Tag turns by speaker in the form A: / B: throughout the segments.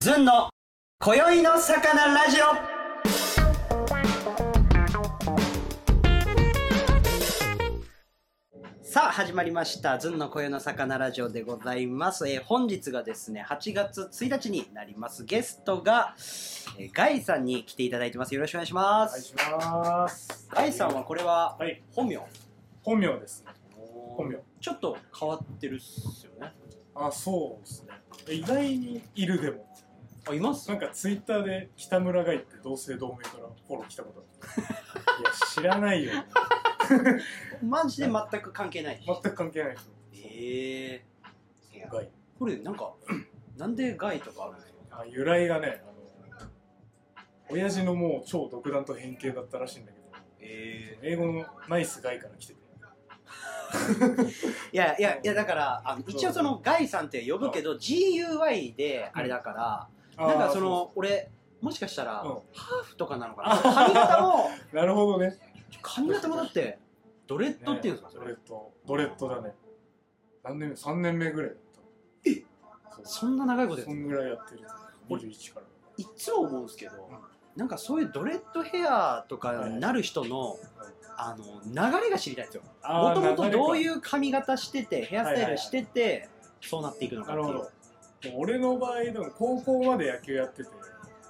A: ずんの今宵の魚ラジオさあ始まりました「ずんの声の魚ラジオ」でございます、えー本日がですね8月1日になりますゲストが、えーガイさんに来ていただいてますよろしくお願いしま
B: お願い
A: す、
B: します。
A: ガイさんはこれは
B: はい、
A: 本名
B: 本名です。本名。
A: ちょっと変わってるっすよね
B: あ、そうですね。意外にいるでも。
A: あいます
B: なんかツイッターで北村がいって同姓同名からフォロー来たこと ある。いや、知らないよ。
A: マジで全く関係ない
B: 全く関係ないですよ。
A: ええいや
B: ガイ。
A: これなんか なんで害とかあるんですか
B: あ、由来がね、あの、親父のもう超独断と偏見だったらしいんだけど、
A: え
B: 英語のナイスガイから来てて。
A: いやいやいやだからあの一応そのガイさんって呼ぶけど GUI であれだか
B: あ
A: ら
B: ー
A: なんかその俺もしかしたらハーフとかなのかな髪型 も
B: うそうなるほどね。
A: 髪型もだってドレッドっていうんですかそ
B: ドレ
A: れ
B: ッド。ドレッドだね。何年目 ?3 年目ぐらいだった。え
A: そんな長いことやっ
B: そ
A: てる
B: んぐらいやってる。21から。
A: いつも思うんですけどなんかそういうドレッドヘアとかになる人のあの流れが知りたいんですよもともとどういうう髪型しててヘアスタイルしててそうなっていくのか
B: な
A: って
B: る
A: い
B: ほど。
A: う
B: もう俺の場合、でも高校まで野球やってて、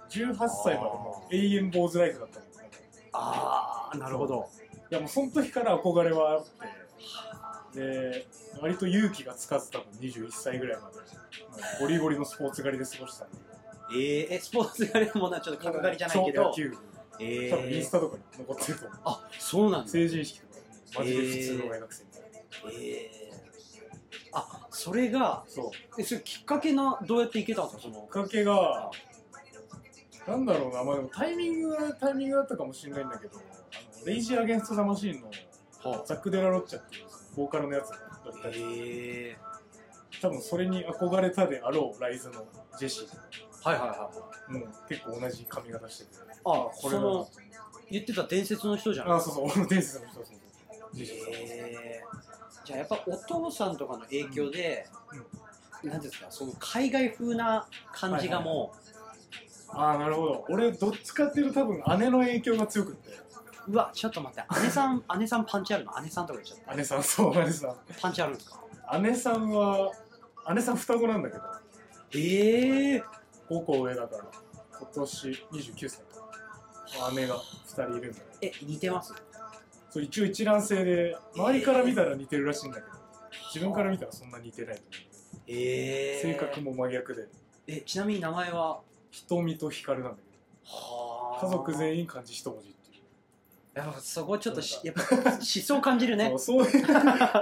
B: 18歳までもう永遠坊主ライフだったんですよ。
A: ああなるほど
B: いやもうその時から憧れはあって、で、割と勇気がつかず多分21歳ぐらいまで、もうゴリゴリのスポーツ狩りで過ごしたんで。
A: えー、えスポーツやるものはちょっと角刈りじゃないけど
B: 超野球部。
A: え
B: 多分インス
A: ー、
B: タとかに残ってると思う。
A: あそうなんだえ
B: 成人式とか、マジで普通の大学生みたいな。
A: ーあそれが
B: そう。
A: えそれきっかけなどうやっていけたんですかその
B: きっかけが、なんだろうな、まあ、でもタイミングはタイミングだったかもしれないんだけど、あのレイジー・アゲンスト・ザ・マシーンの
A: は
B: ザック・デラ・ロッチャっていうボーカルのやつだったり、
A: え
B: 多分それに憧れたであろうライズのジェシーとか
A: ー、はいはいは
B: も結構同じ髪型してて、
A: あ
B: これだ
A: そのい言ってた伝説の人じゃない
B: あ、そうそう、俺の伝説の人、そうそうジェシーさん。
A: えー、じゃあやっぱお父さんとかの影響で、なんていうんですかその海外風な感じがも
B: ああ、なるほど。俺、どっちかっていうと多分姉の影響が強くって、
A: う、うわちょっと待って姉さん姉さんパンチあるの姉さんとか言っちゃっ
B: 姉さん、そう、姉さ
A: たパンチあるんですか
B: ん。姉さんは、姉さん双子なんだけど、
A: ええ
B: 5個上だから、今年29歳か。姉が2人いるんだけ
A: え
B: ど。
A: 似てます
B: そう一応一卵性で周りから見たら似てるらしいんだけど自分から見たらそんな似てないと
A: ええ
B: 思う性格も真逆で
A: えちなみに名前は
B: 瞳と光なんだけ
A: は
B: ど家族
A: 員
B: 全員漢字一文字っていう
A: やっぱそこちょっとしやっぱ思想感じるね
B: そう そういう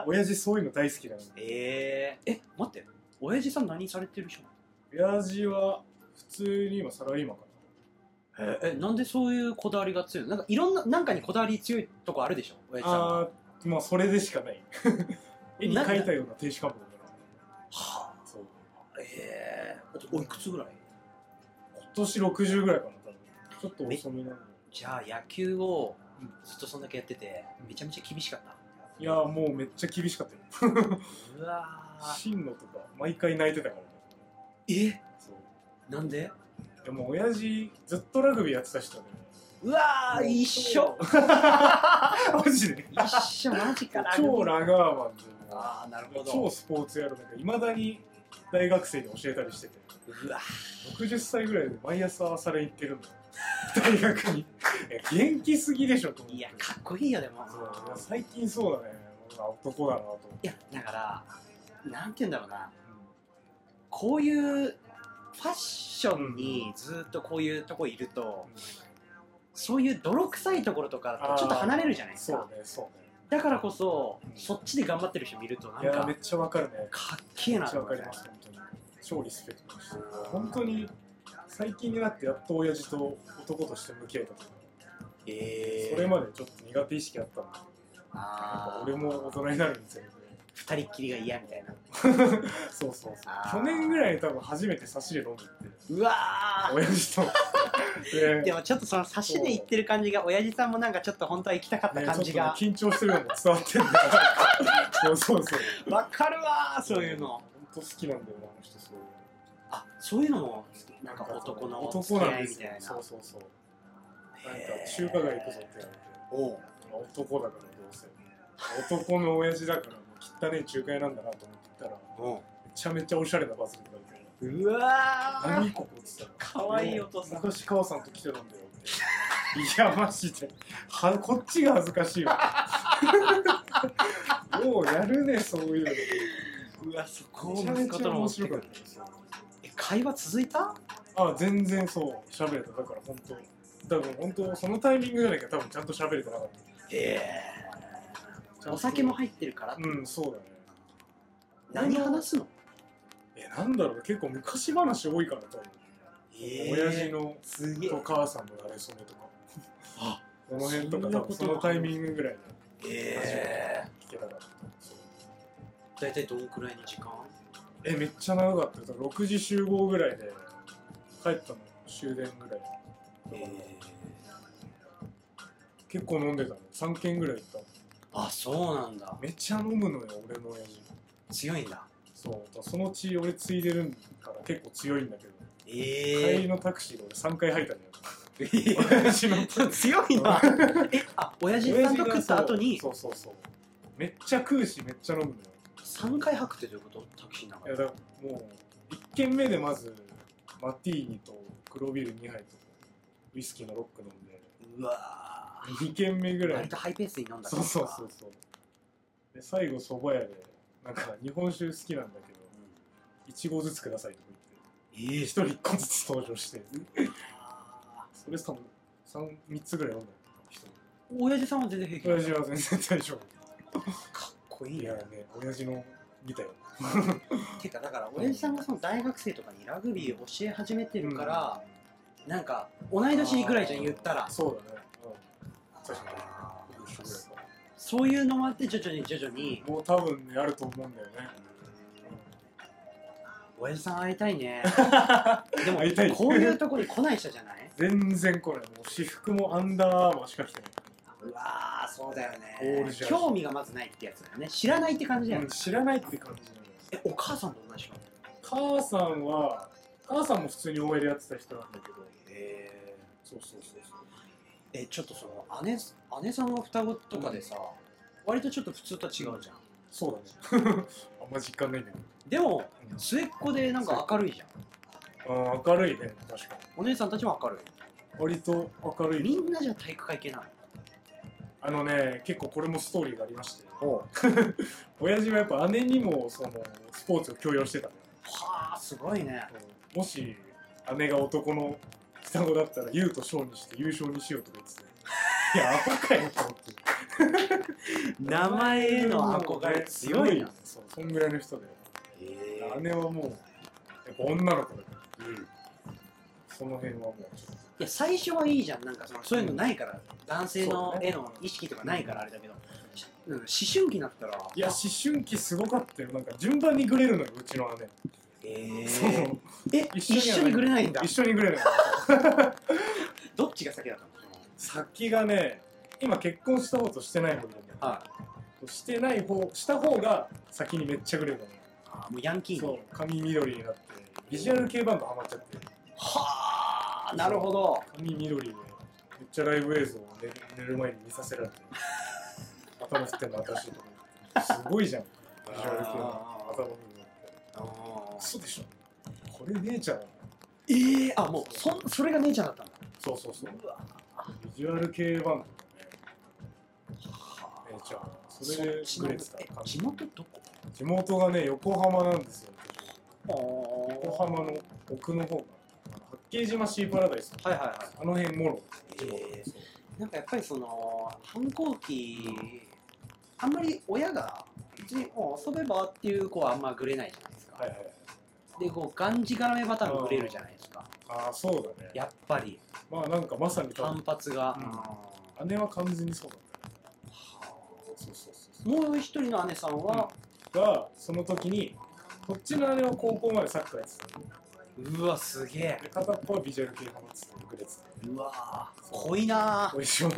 B: 親父そういうの大好きなの
A: えええ待って親父さん何されてる人
B: 親父は普通に今サラリーマンか
A: ええなんでそういうこだわりが強いのなんかいろんななんかにこだわり強いとこあるでしょ親
B: な
A: 父さんは
B: あーまあそれでしかない 絵に描いたような亭主関白だから
A: は
B: そう
A: あええおいくつぐらい
B: 今年60ぐらいかな多分ちょっと遅めなの
A: じゃあ野球を
B: うん
A: ずっとそんだけやっててめちゃめちゃ厳しかった
B: いやーもうめっちゃ厳しかったよ
A: うわー
B: 進路とか毎回泣いてたからね
A: え
B: そう
A: なんで
B: でも親父ずっとラグビーやってた人で、
A: うわー一緒
B: マジで
A: 一緒マジ か
B: 超ラガーマンで
A: ああなるほ
B: 超
A: ど
B: スポーツやるなんかいまだに大学生に教えたりしてて
A: うわ
B: 60歳ぐらいで毎朝朝練行って るの大学にいや元気すぎでしょと思って
A: いやかっこいいよでも
B: そういや最近そうだね男だなと思って
A: いやだからなんて言うんだろうなこういうファッションにずっとこういうとこいるとそういう泥臭いところとかとちょっと離れるじゃない
B: うん
A: です
B: そう
A: か
B: ねそう
A: だからこそ
B: うん
A: そっちで頑張ってる人見るとなん
B: ねいやめ
A: か
B: っちゃわかるね
A: かっけえ
B: め
A: な
B: っち
A: と
B: ゃわ
A: 思
B: か
A: っ
B: り
A: て
B: ます本当に超リスペクトしてる本当に最近になってやっと親父と男として向き合えたと思う
A: ええ
B: それまでちょっと苦手意識あったんだけどやっぱ
A: あ
B: 俺も大人になるにつれて
A: 2人っきりが嫌みたいな
B: そうそうそう
A: あー
B: 去年ぐらいに多分初めて差しで飲んでって
A: うわ
B: 親 父と
A: ー
B: で
A: でもちょっとその差しで行ってる感じが親父さんもなんかちょっと本当は行きたかった
B: ね
A: 感じ
B: ちょっ
A: が
B: とね緊張してるのも伝わってんだそうそうそう
A: わかるわーそういうの
B: 本当好きなんだよなあの人そういうの
A: あそういうのもなんか男の
B: 男なんで
A: み
B: す
A: た
B: よ
A: いな
B: そうそうそうなんか中華街行くぞって言われて
A: おう
B: 男だからどうせ男の親父だからもう汚ねえ中華屋なんだなと思って行ったらめ
A: おう
B: ちゃめちゃおしゃれなバスに乗って
A: うわー
B: 何ここっつったら
A: かわいいお父さん
B: 昔母さんと来てたんだよっていやマジではこっちが恥ずかしいわもうやるねそういう
A: うわそこ
B: の
A: を
B: めち
A: 息
B: ゃめ
A: 子
B: ちゃ
A: との持ってく
B: 面白かっ
A: る
B: たです
A: え会話続いた
B: あ全然そう喋れただから本当多分本当そのタイミングじゃなきゃ多分ちゃんと喋れてなかっ
A: え
B: た
A: お酒も入ってるから
B: うんそうだね
A: 何話すの
B: えなんだろう結構昔話多いから多分、親父の
A: すげえ
B: お母さんの馴れ初めとか
A: あ
B: この辺と
A: そ
B: か
A: んな
B: 多
A: こと
B: 分そのタイミングぐらいで
A: え
B: 聞けたからそう
A: ー、大体どんくらいの時間
B: えめっちゃ長かったよ多分6時集合ぐらいで帰ったの終電ぐらい
A: え
B: 結構飲んでたの3軒ぐらい行ったの
A: あそうなんだ
B: めっちゃ飲むのよ俺の親父
A: 強いんだ
B: そうだからそのうち俺継いでるから結構強いんだけど、帰
A: え
B: りのタクシーで俺3回吐いたのよ
A: え
B: 親父の
A: 強いなえあ親父さんと食った後に
B: そうそうそうめっちゃ食うしめっちゃ飲むのよ
A: 3回吐くってどういうことタクシーの
B: い
A: 中
B: や
A: で
B: だからもう1軒目でまずマティーニと黒ビール2杯とウイスキーのロック飲んで
A: うわ
B: 2軒目ぐ
A: ー
B: らい
A: 割とハイペースに飲んだ
B: そうそうそうそうで最後そば屋でなんか日本酒好きなんだけど1合ずつくださいとか
A: ええ
B: 言って1人1個ずつ登場して
A: あ
B: それ多分 3, 3つぐらい飲んだ人
A: ー親父さんは全然平
B: 親
A: 気
B: 父は全然大丈
A: かっこ
B: 夫
A: い
B: い
A: い
B: や
A: な
B: ね親父の見たよ
A: てかだから親父さんがその大学生とかにラグビーを教え始めてるから、なんか同い年ぐらいじゃん言ったら
B: そうだね、うん確かに
A: あー
B: 一緒ぐらいか
A: そういうのもあって徐々に徐々に
B: もう多分ねあると思うんだよね、
A: 親父さん会いたい ねでも
B: 会いたい
A: こういうとこに来ない人じゃない
B: 全然これもう私服もアンダーアーマーしか着てな
A: うわーそうだよ
B: オール
A: ね
B: ジャージ
A: 興味がまずないってやつだよね知らないって感じだ
B: い、
A: よね
B: うん、、知らないって感じなんです
A: えお母さんと同じ人
B: 母さんは母さんも普通に OL やってた人なんだけど
A: え
B: そうそうそうそう
A: えちょっとその姉姉さんの双子とかでさ、割とちょっと普通とは違うじゃん、
B: そうだね あんま実感ないんだけ
A: でも
B: ど、
A: 末っ子でなんか明るいじゃん
B: あー明るいね確か
A: お姉さんたちも明るい
B: に割と明るい
A: みんなじゃ体育会系なの
B: あのね結構これもストーリーがありまして
A: は
B: 親父はやっぱ姉にもそのスポーツを強要してたの
A: あすごいね
B: もし姉が男の双子だったら優と翔にして優勝にしようとか言ってていやアホかよと思って
A: 名前への憧れ強いな
B: そうそんぐらいの人で
A: へ
B: 姉はもうやっぱ女の子だから
A: うんい
B: その辺はもうちょっ
A: や最初はいいじゃんなんかそのそういうのないから男性の
B: そうね
A: への意識とかないからあれだけど、しうん思春期になったら
B: といや思春期すごかったよなんか順番にグレるのようちの姉、
A: え
B: そう
A: え一緒にぐれないんだ
B: 一緒にグレるのよ
A: どっちが先だったの
B: 先がね今結婚した方としてない方いるんだよ
A: はい
B: してない方した方が先にめっちゃグレるのよ
A: あもうヤンキーに
B: そう髪緑になってビジュアル系バンドハマっちゃって
A: はあなるほど
B: 髪緑でめっちゃライブ映像を寝る寝る前に見させられて頭振ってんの私とかすごいじゃんビジュアル系の頭振るのって
A: あー
B: 嘘でしょこれ姉ちゃん
A: えー、あもうそんそれが姉ちゃんだったんだ
B: そうそうそう
A: うわ
B: ビジュアル系バンドだね
A: はあ
B: 姉ちゃんそれで
A: そ
B: グ
A: っ
B: レ
A: ち
B: てた
A: のえ地元どこ
B: 地元がね横浜なんですよ
A: 横
B: 横浜の奥の方が八景島シーパラダイス
A: はいはいは
B: あの辺もろ地元、
A: えー
B: そう
A: いなんかやっぱりその反抗期あんまり親が別にもう遊べばっていう子はあんまグレないじゃないですか、
B: はいはいはい
A: でこうがんじがらめパターングレるじゃないですか
B: ああそうだね
A: やっぱり
B: まあなんかまさに多
A: 反
B: 分
A: 発が、
B: うん姉は完全にそうだったねそうそうそうそ
A: もう一人の姉さんは、
B: うがその時にこっちの姉は高校までサッカーやってたの
A: うわすげえ
B: で片っぽはビジュアル系ハマってたのグレて た
A: うわー濃いな
B: おいしょ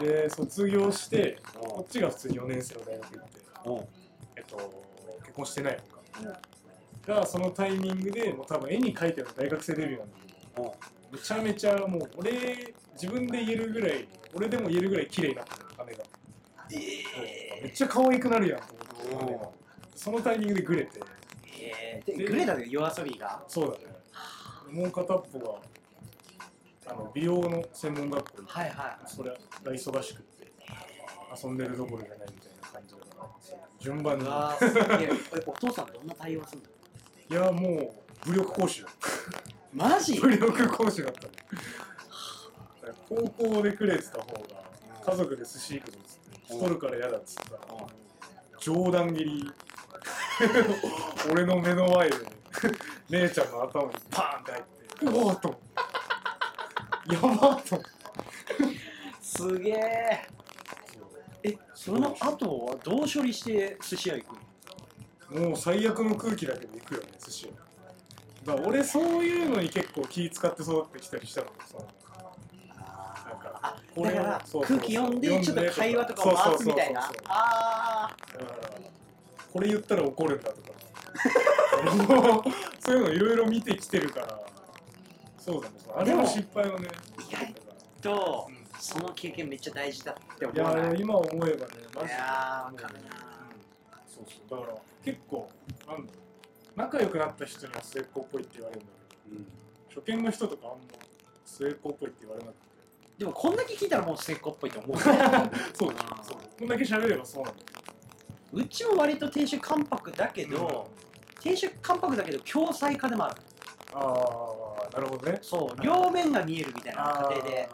B: で卒業してこっちが普通に4年生の大学行って
A: お
B: えっと結婚してないのかがそのタイミングでもう多分絵に描いてる大学生デビューなんだけど
A: も
B: めちゃめちゃもう俺自分で言えるぐらい俺でも言えるぐらい綺麗になったの羽
A: う
B: が
A: え
B: めっちゃ可愛くなるやんと
A: ー
B: 思って羽がそのタイミングでグレて
A: えーでグレだで夜遊びが
B: そうだねもう片っぽがあの美容の専門学校に
A: はいはい
B: それが忙しくって遊んでるどころじゃないみたいな感じだから順番
A: う
B: に
A: わー すげええお父さんどんな対応するの
B: いやもう武力行使だ
A: マジ
B: 武力行使だったのだから高校でくれてた方が家族で寿司行くぞっつって太るから嫌だっつったら冗談切り俺の目の前で姉ちゃんの頭にパーンって入ってうおーっと思ってやばっと思って
A: すげええその後はどう処理して寿司屋行くの
B: もう最悪の空気だけど行くよね寿司屋だから俺そういうのに結構気使って育ってきたりしたのそのなんか
A: あ
B: こ
A: だ
B: れ
A: から
B: そうそう
A: 空気読んでちょっと会話とか
B: そ
A: を
B: うそう
A: 回
B: そう
A: す
B: そう
A: みたいなあ
B: だからこれ言ったら怒るんだとか そういうのいろいろ見てきてるからそうだねあれの失敗はね
A: ー意外とその経験めっちゃ大事だって
B: い
A: 思わ
B: や
A: ない
B: でも
A: い
B: 今思えばねマジで
A: やーわかるな
B: そうそうだから結構なんだろう仲良くなった人には末っ子っぽいって言われるんだけど初見の人とかあんま末っ子っぽいって言われなくて
A: でもこんだけ聞いたらもう末っ子っぽいと 思う
B: そうだそうこんだけ喋ればそうなんだ
A: うちも割と亭主関白だけ
B: け
A: ど、亭主関白だけど共済化でもある
B: ああなるほどね
A: そう両面が見えるみたいな
B: ああ
A: 家庭で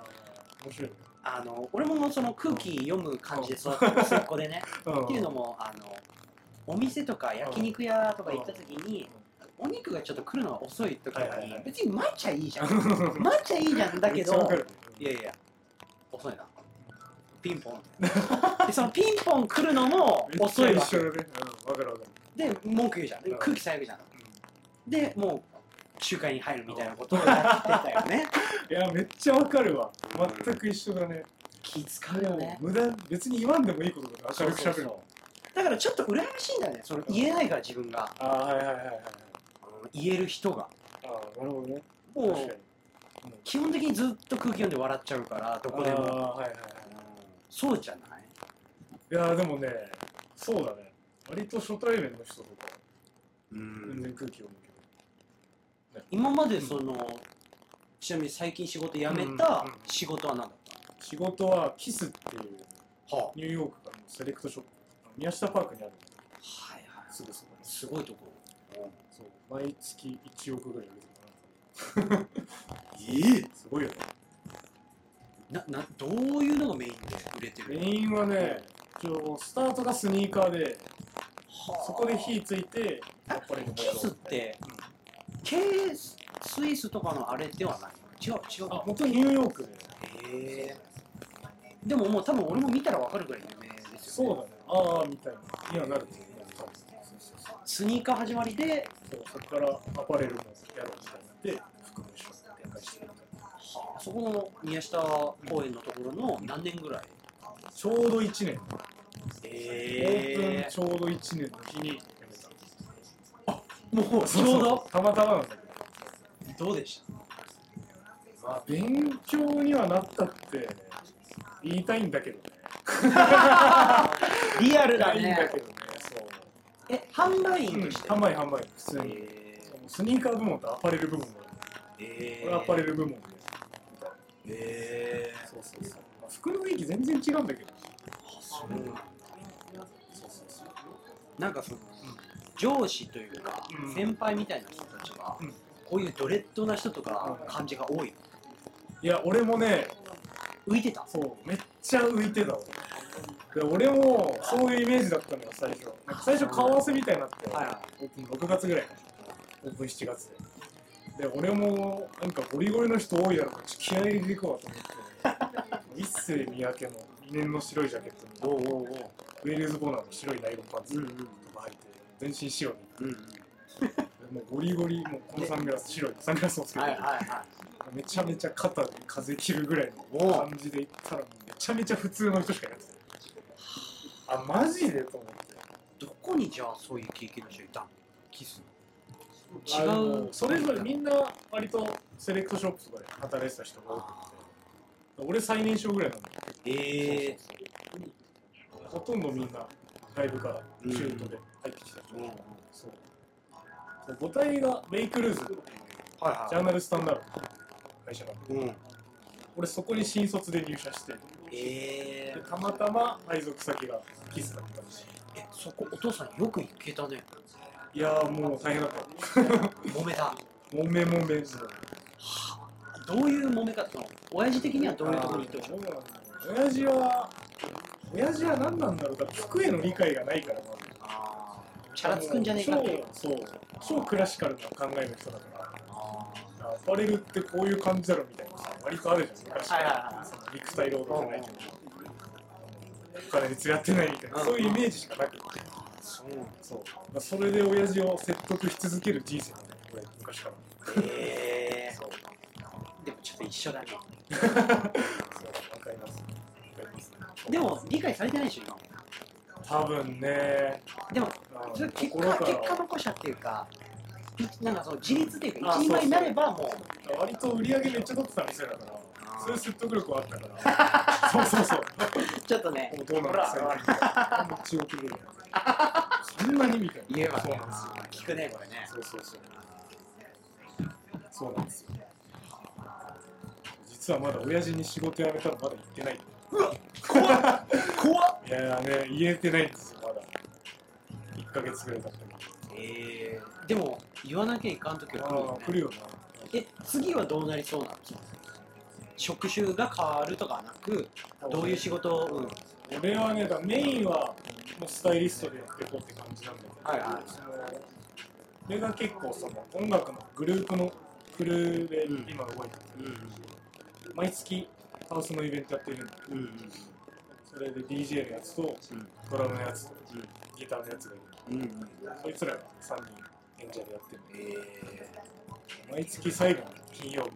B: 面白いね
A: あの俺もその空気読む感じで育った末っ子でねって いうのもあのお店とか焼肉屋とか行った時にお肉がちょっと来るのが遅い時とか
B: はいはい
A: に
B: はい
A: 別に待っちゃいいじゃん 待っちゃいいじゃんだけ
B: めっちゃわ
A: ど
B: かる
A: いやいや遅いなピンポンでそのピンポン来るのも
B: めっちゃ
A: 遅いわ
B: 一緒だねうんわかるわかる
A: で文句言うじゃんで
B: うん
A: 空気最悪じゃん
B: う
A: でもう集会に入るみたいなことをやってたよ ね
B: んいやめっちゃわかるわ全く一緒だね
A: 気使うよね
B: 無駄別に言わんでもいいことだから明るくしゃべる
A: そうそうそうだからちょっと羨ましいんだよねその言えないから自分が
B: ああはいはいはいはいはい
A: 言える人が
B: ああなるほどね
A: も
B: 確
A: う
B: かに
A: 基本的にずっと空気読んで笑っちゃうからどこで
B: あ
A: も
B: あはいはいはい
A: そうじゃない
B: いやーでもねそうだね割と初対面の人とか
A: う
B: 全
A: ん
B: 然空気読むけど
A: 今までその、ちなみに最近仕事辞めた
B: うんうん
A: 仕事は何だっ
B: 仕事はキスっていう
A: た、は
B: ニューヨークからのセレクトショップ宮下パークにあるんだけど
A: はいはい
B: すぐそこに
A: すごいところ
B: そう毎月1億ぐらい売れて
A: ええ
B: たすごいよね
A: ななどういうのがメインで売れてる
B: メインはね一応スタートがスニーカーで
A: はあ
B: そこで火ついてやっぱり燃えろ
A: キスって
B: うん
A: 経営スイスとかのあれではない違う違う
B: あ元ニューヨークで
A: へえでももう多分俺も見たらわかるぐらい有名ですよね
B: そうだねああみたいなにはなると思う多分
A: スニーカー始まりで
B: そうそこからアパレルもやろうみたいになって服も一緒に展開してるみたいな
A: はあそこの宮下公園のところの何年ぐらい、
B: ちょうど1年オープ
A: え
B: ンちょうど1年の日に辞めた
A: えもうち
B: そ
A: ょう
B: そ
A: ど
B: たまたまなんだけど
A: どうでし
B: まあ、勉強にはなったって言いたいんだけどね。
A: たリアルだ
B: 言いたいん
A: ね
B: だけどね、そう。
A: え販売員として、
B: 販売販売、普通に。
A: え
B: スニーカー部門とアパレル部門だよね
A: ーえ
B: これアパレル部門で。
A: え
B: そうそうそう。まあ、服の雰囲気全然違うんだけど。
A: ー
B: うんそうそうそう。
A: なんかその、上司というか、
B: うん
A: 先輩みたいな人たちが、
B: うん
A: こういうドレッドな人とか
B: うん
A: 感じが多い
B: いや、俺もね、
A: 浮いてた
B: そう、めっちゃ浮いてたわ。で俺もそういうイメージだったのよ、最初。なんか最初、顔合わせみたいになって。
A: は
B: オープン6月ぐらいかなオープン7月でで俺もなんかゴリゴリの人多いだろこっち気合い入れていくわと思 って一世三宅の2年の白いジャケット
A: お
B: に
A: うおう
B: ウェールズボーナーの白いナイロンパンツ
A: う
B: と
A: ん
B: か履いて全身白に
A: うんうん
B: もうゴリゴリもうこのサングラス白いサングラスをつけて
A: はいはいは
B: めちゃめちゃ肩で風切るぐらい
A: お
B: の
A: う
B: 感じでいったらもうめちゃめちゃ普通の人しかいなくてあマジでと思って
A: いどこにじゃあそういう経験の人いたのキス違
B: あ
A: う
B: のそれぞれみんな割とセレクトショップとかで働いてた人が多くて俺最年少ぐらいなんだけ
A: ええ
B: どほとんどみんなライブから
A: うん
B: 中途で入ってきた人、そうそう母体がベイクルーズっていう
A: はいはい
B: ジャーナルスタンダードの会社があって
A: うん
B: 俺そこに新卒で入社して
A: え
B: で
A: ー、
B: たまたま配属先がキスだったし
A: えそこお父さんよく行けたね
B: いやーもう大変だった
A: 揉め た
B: もめもめ
A: どういう揉め方その親父的にはどういうところに行ってほしい
B: どうなんだろう親父は親父は何なんだろうだから服への理解がないからな
A: あーチャラつくんじゃねえかっていう
B: 超そう超クラシカルな考えの人だか
A: あ
B: らアパレルってこういう感じだろみたいなさ割とあるじゃん昔か
A: はいはいは
B: ら
A: い
B: その肉体労働じゃないけどお金に釣り合ってないみたいな
A: うん
B: そういうイメージしかなくて
A: ーそう
B: そうだからそれで親父を説得し続ける人生だねこれ昔から
A: え
B: そう
A: ー、でもちょっと一緒だね
B: そうわかりますわかります
A: でも理解されてないでしょ今も
B: 多分ね
A: でも
B: あ
A: それ結
B: 心
A: 果
B: から
A: 結果残したっていうかいなんかその自立っていうか
B: あ
A: 一人前になればもう
B: 割と売り上げめっちゃ取ってた店だから、そういう説得力はあったから、 そうそうそう、
A: ちょっとね
B: もうどうなんです
A: ほ
B: か、
A: ら
B: ね、もう中国ぐらい そんなにみたいな。
A: 言えば
B: そう
A: ね
B: なんですよ。
A: 聞くねこれね
B: そうそうそう。そうなんですよ。実はまだ親父に仕事辞めたらまだ行ってない。
A: 怖っ
B: いやーね、言えてないんですよ、まだ。1ヶ月ぐらいだったけ
A: えー、でも言わなきゃいかん時は来る
B: ど。あ
A: よ
B: あ、
A: ね
B: 来るよな。
A: え次はどうなりそうなの職種が変わるとかはなくどういう仕事を、うん、
B: 俺はね、だからメインはもうスタイリストでやっていこうって感じなんだけど、
A: はいはい
B: その俺が結構その音楽のグループのクルーで
A: うん
B: 今動いて
A: うん
B: る、毎月ハウスのイベントやってるんで、
A: うんうん
B: それで DJ のやつとドラムのやつとギターのやつがいる。
A: うんうん
B: そいつらが3人演者でやってるんで、
A: え
B: 毎月最後の金曜日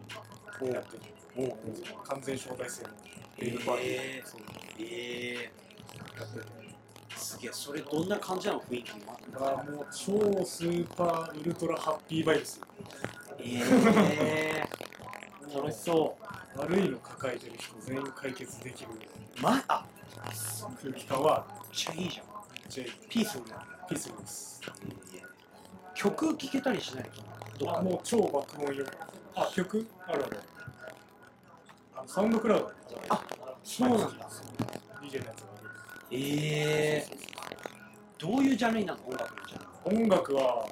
A: お
B: やってる。
A: ー、も
B: その完全招待制のレイブパーティー
A: へー
B: そう
A: え
B: やってて
A: ー、すげえそれどんな感じなの雰囲気も
B: だからもう超スーパーウルトラハッピーバイブス。
A: えー、楽しそ
B: 悪いの抱えてる人全員解決できる
A: うまあ
B: 空気感は
A: めっちゃいいじゃん
B: J
A: ピースになる
B: ピースです。
A: 曲聴けたりしないの
B: あもう超爆音よ。あ曲あるある。あサウンドクラウド。
A: あそうなんだ。
B: DJ のやつが
A: ええー、どういうジャンルになるの音楽のジャンル
B: ある。音楽は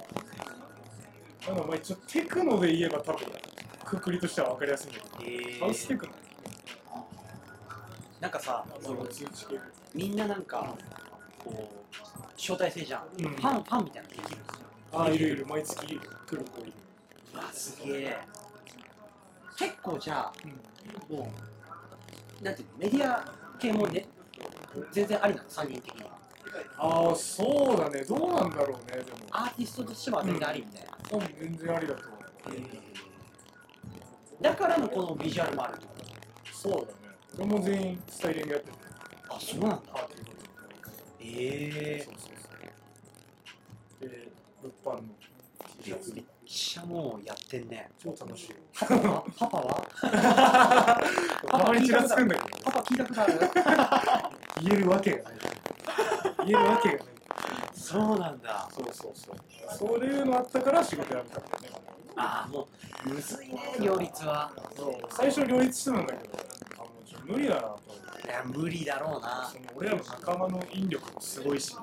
B: なんだまあ一応テクノで言えば多分くくりとしては分かりやすいんだけど、ハウステクノ。
A: なんかさその
B: 通知系。
A: みんななんかこう招待制じゃん、
B: うん
A: ファンファンみたいなのできる
B: あいるいる毎月来る子いる。
A: うわすげえ結構じゃあもうなんていうのメディア系もね全然ありなの三人的には
B: ああそうだねどうなんだろうねでも。
A: アーティストとしては全然ありみたいな、
B: 多分全然ありだと思う。
A: だからのこのビジュアルもあるってこ
B: そうだね。俺も全員スタイリングやってる。
A: とあそうなん
B: パー
A: だ
B: ティーごとに
A: ええ
B: そうそうそう。で、物販の T シャツ
A: めっちゃもうやってんね
B: 超楽しいよ。
A: あパパは
B: たまにちらつくんだけ
A: パパ聞いたことある
B: ど、言えるわけがない。言えるわけがない。
A: そうなんだ
B: そうそうそう。そういうのあったから仕事辞めたんだよね。
A: ああもうむずいね両立は
B: そう最初両立してたんだけど、あもうちょっと無理だなと思って。
A: いや無理だろうな
B: その俺らの仲間の引力もすごいし、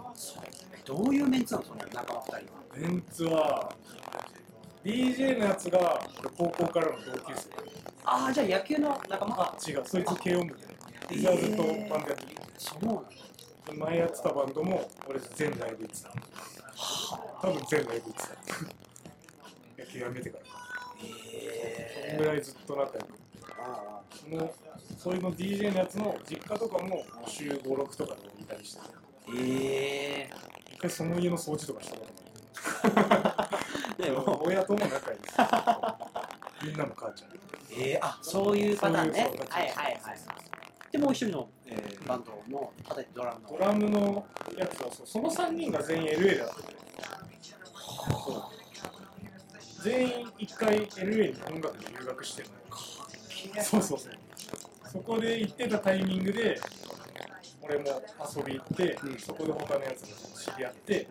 A: どういうメンツなのその仲間二人は
B: メンツは、DJ のやつが高校からの同級生。
A: ああじゃあ野球の仲間
B: あ、違う、そいつ軽音部で。で、ずっとバンドやってる。
A: そうなんだ
B: 前やってたバンドも俺全ライブ行ってた多分全ライブ行ってた野球やめてからその
A: へ
B: ぐらいずっと仲良く
A: あ
B: そのそういうの DJ のやつの実家とかも週56とかでいたりして
A: ーへえ
B: 一回その家の掃除とかしたこ
A: で
B: とも
A: も
B: 親とも仲いいですみんなの母ちゃん
A: ええあそういうパターンね
B: そういう
A: はいはいはいでもう一人の、えー、バンドの叩いてドラムの
B: ドラムのやつはそうその3人が全員 LA だったんだよ全員一回 LA に音楽で留学してるのよそうそうそうそこで行ってたタイミングで俺も遊び行って、
A: うん
B: そこで他のやつらと知り合って、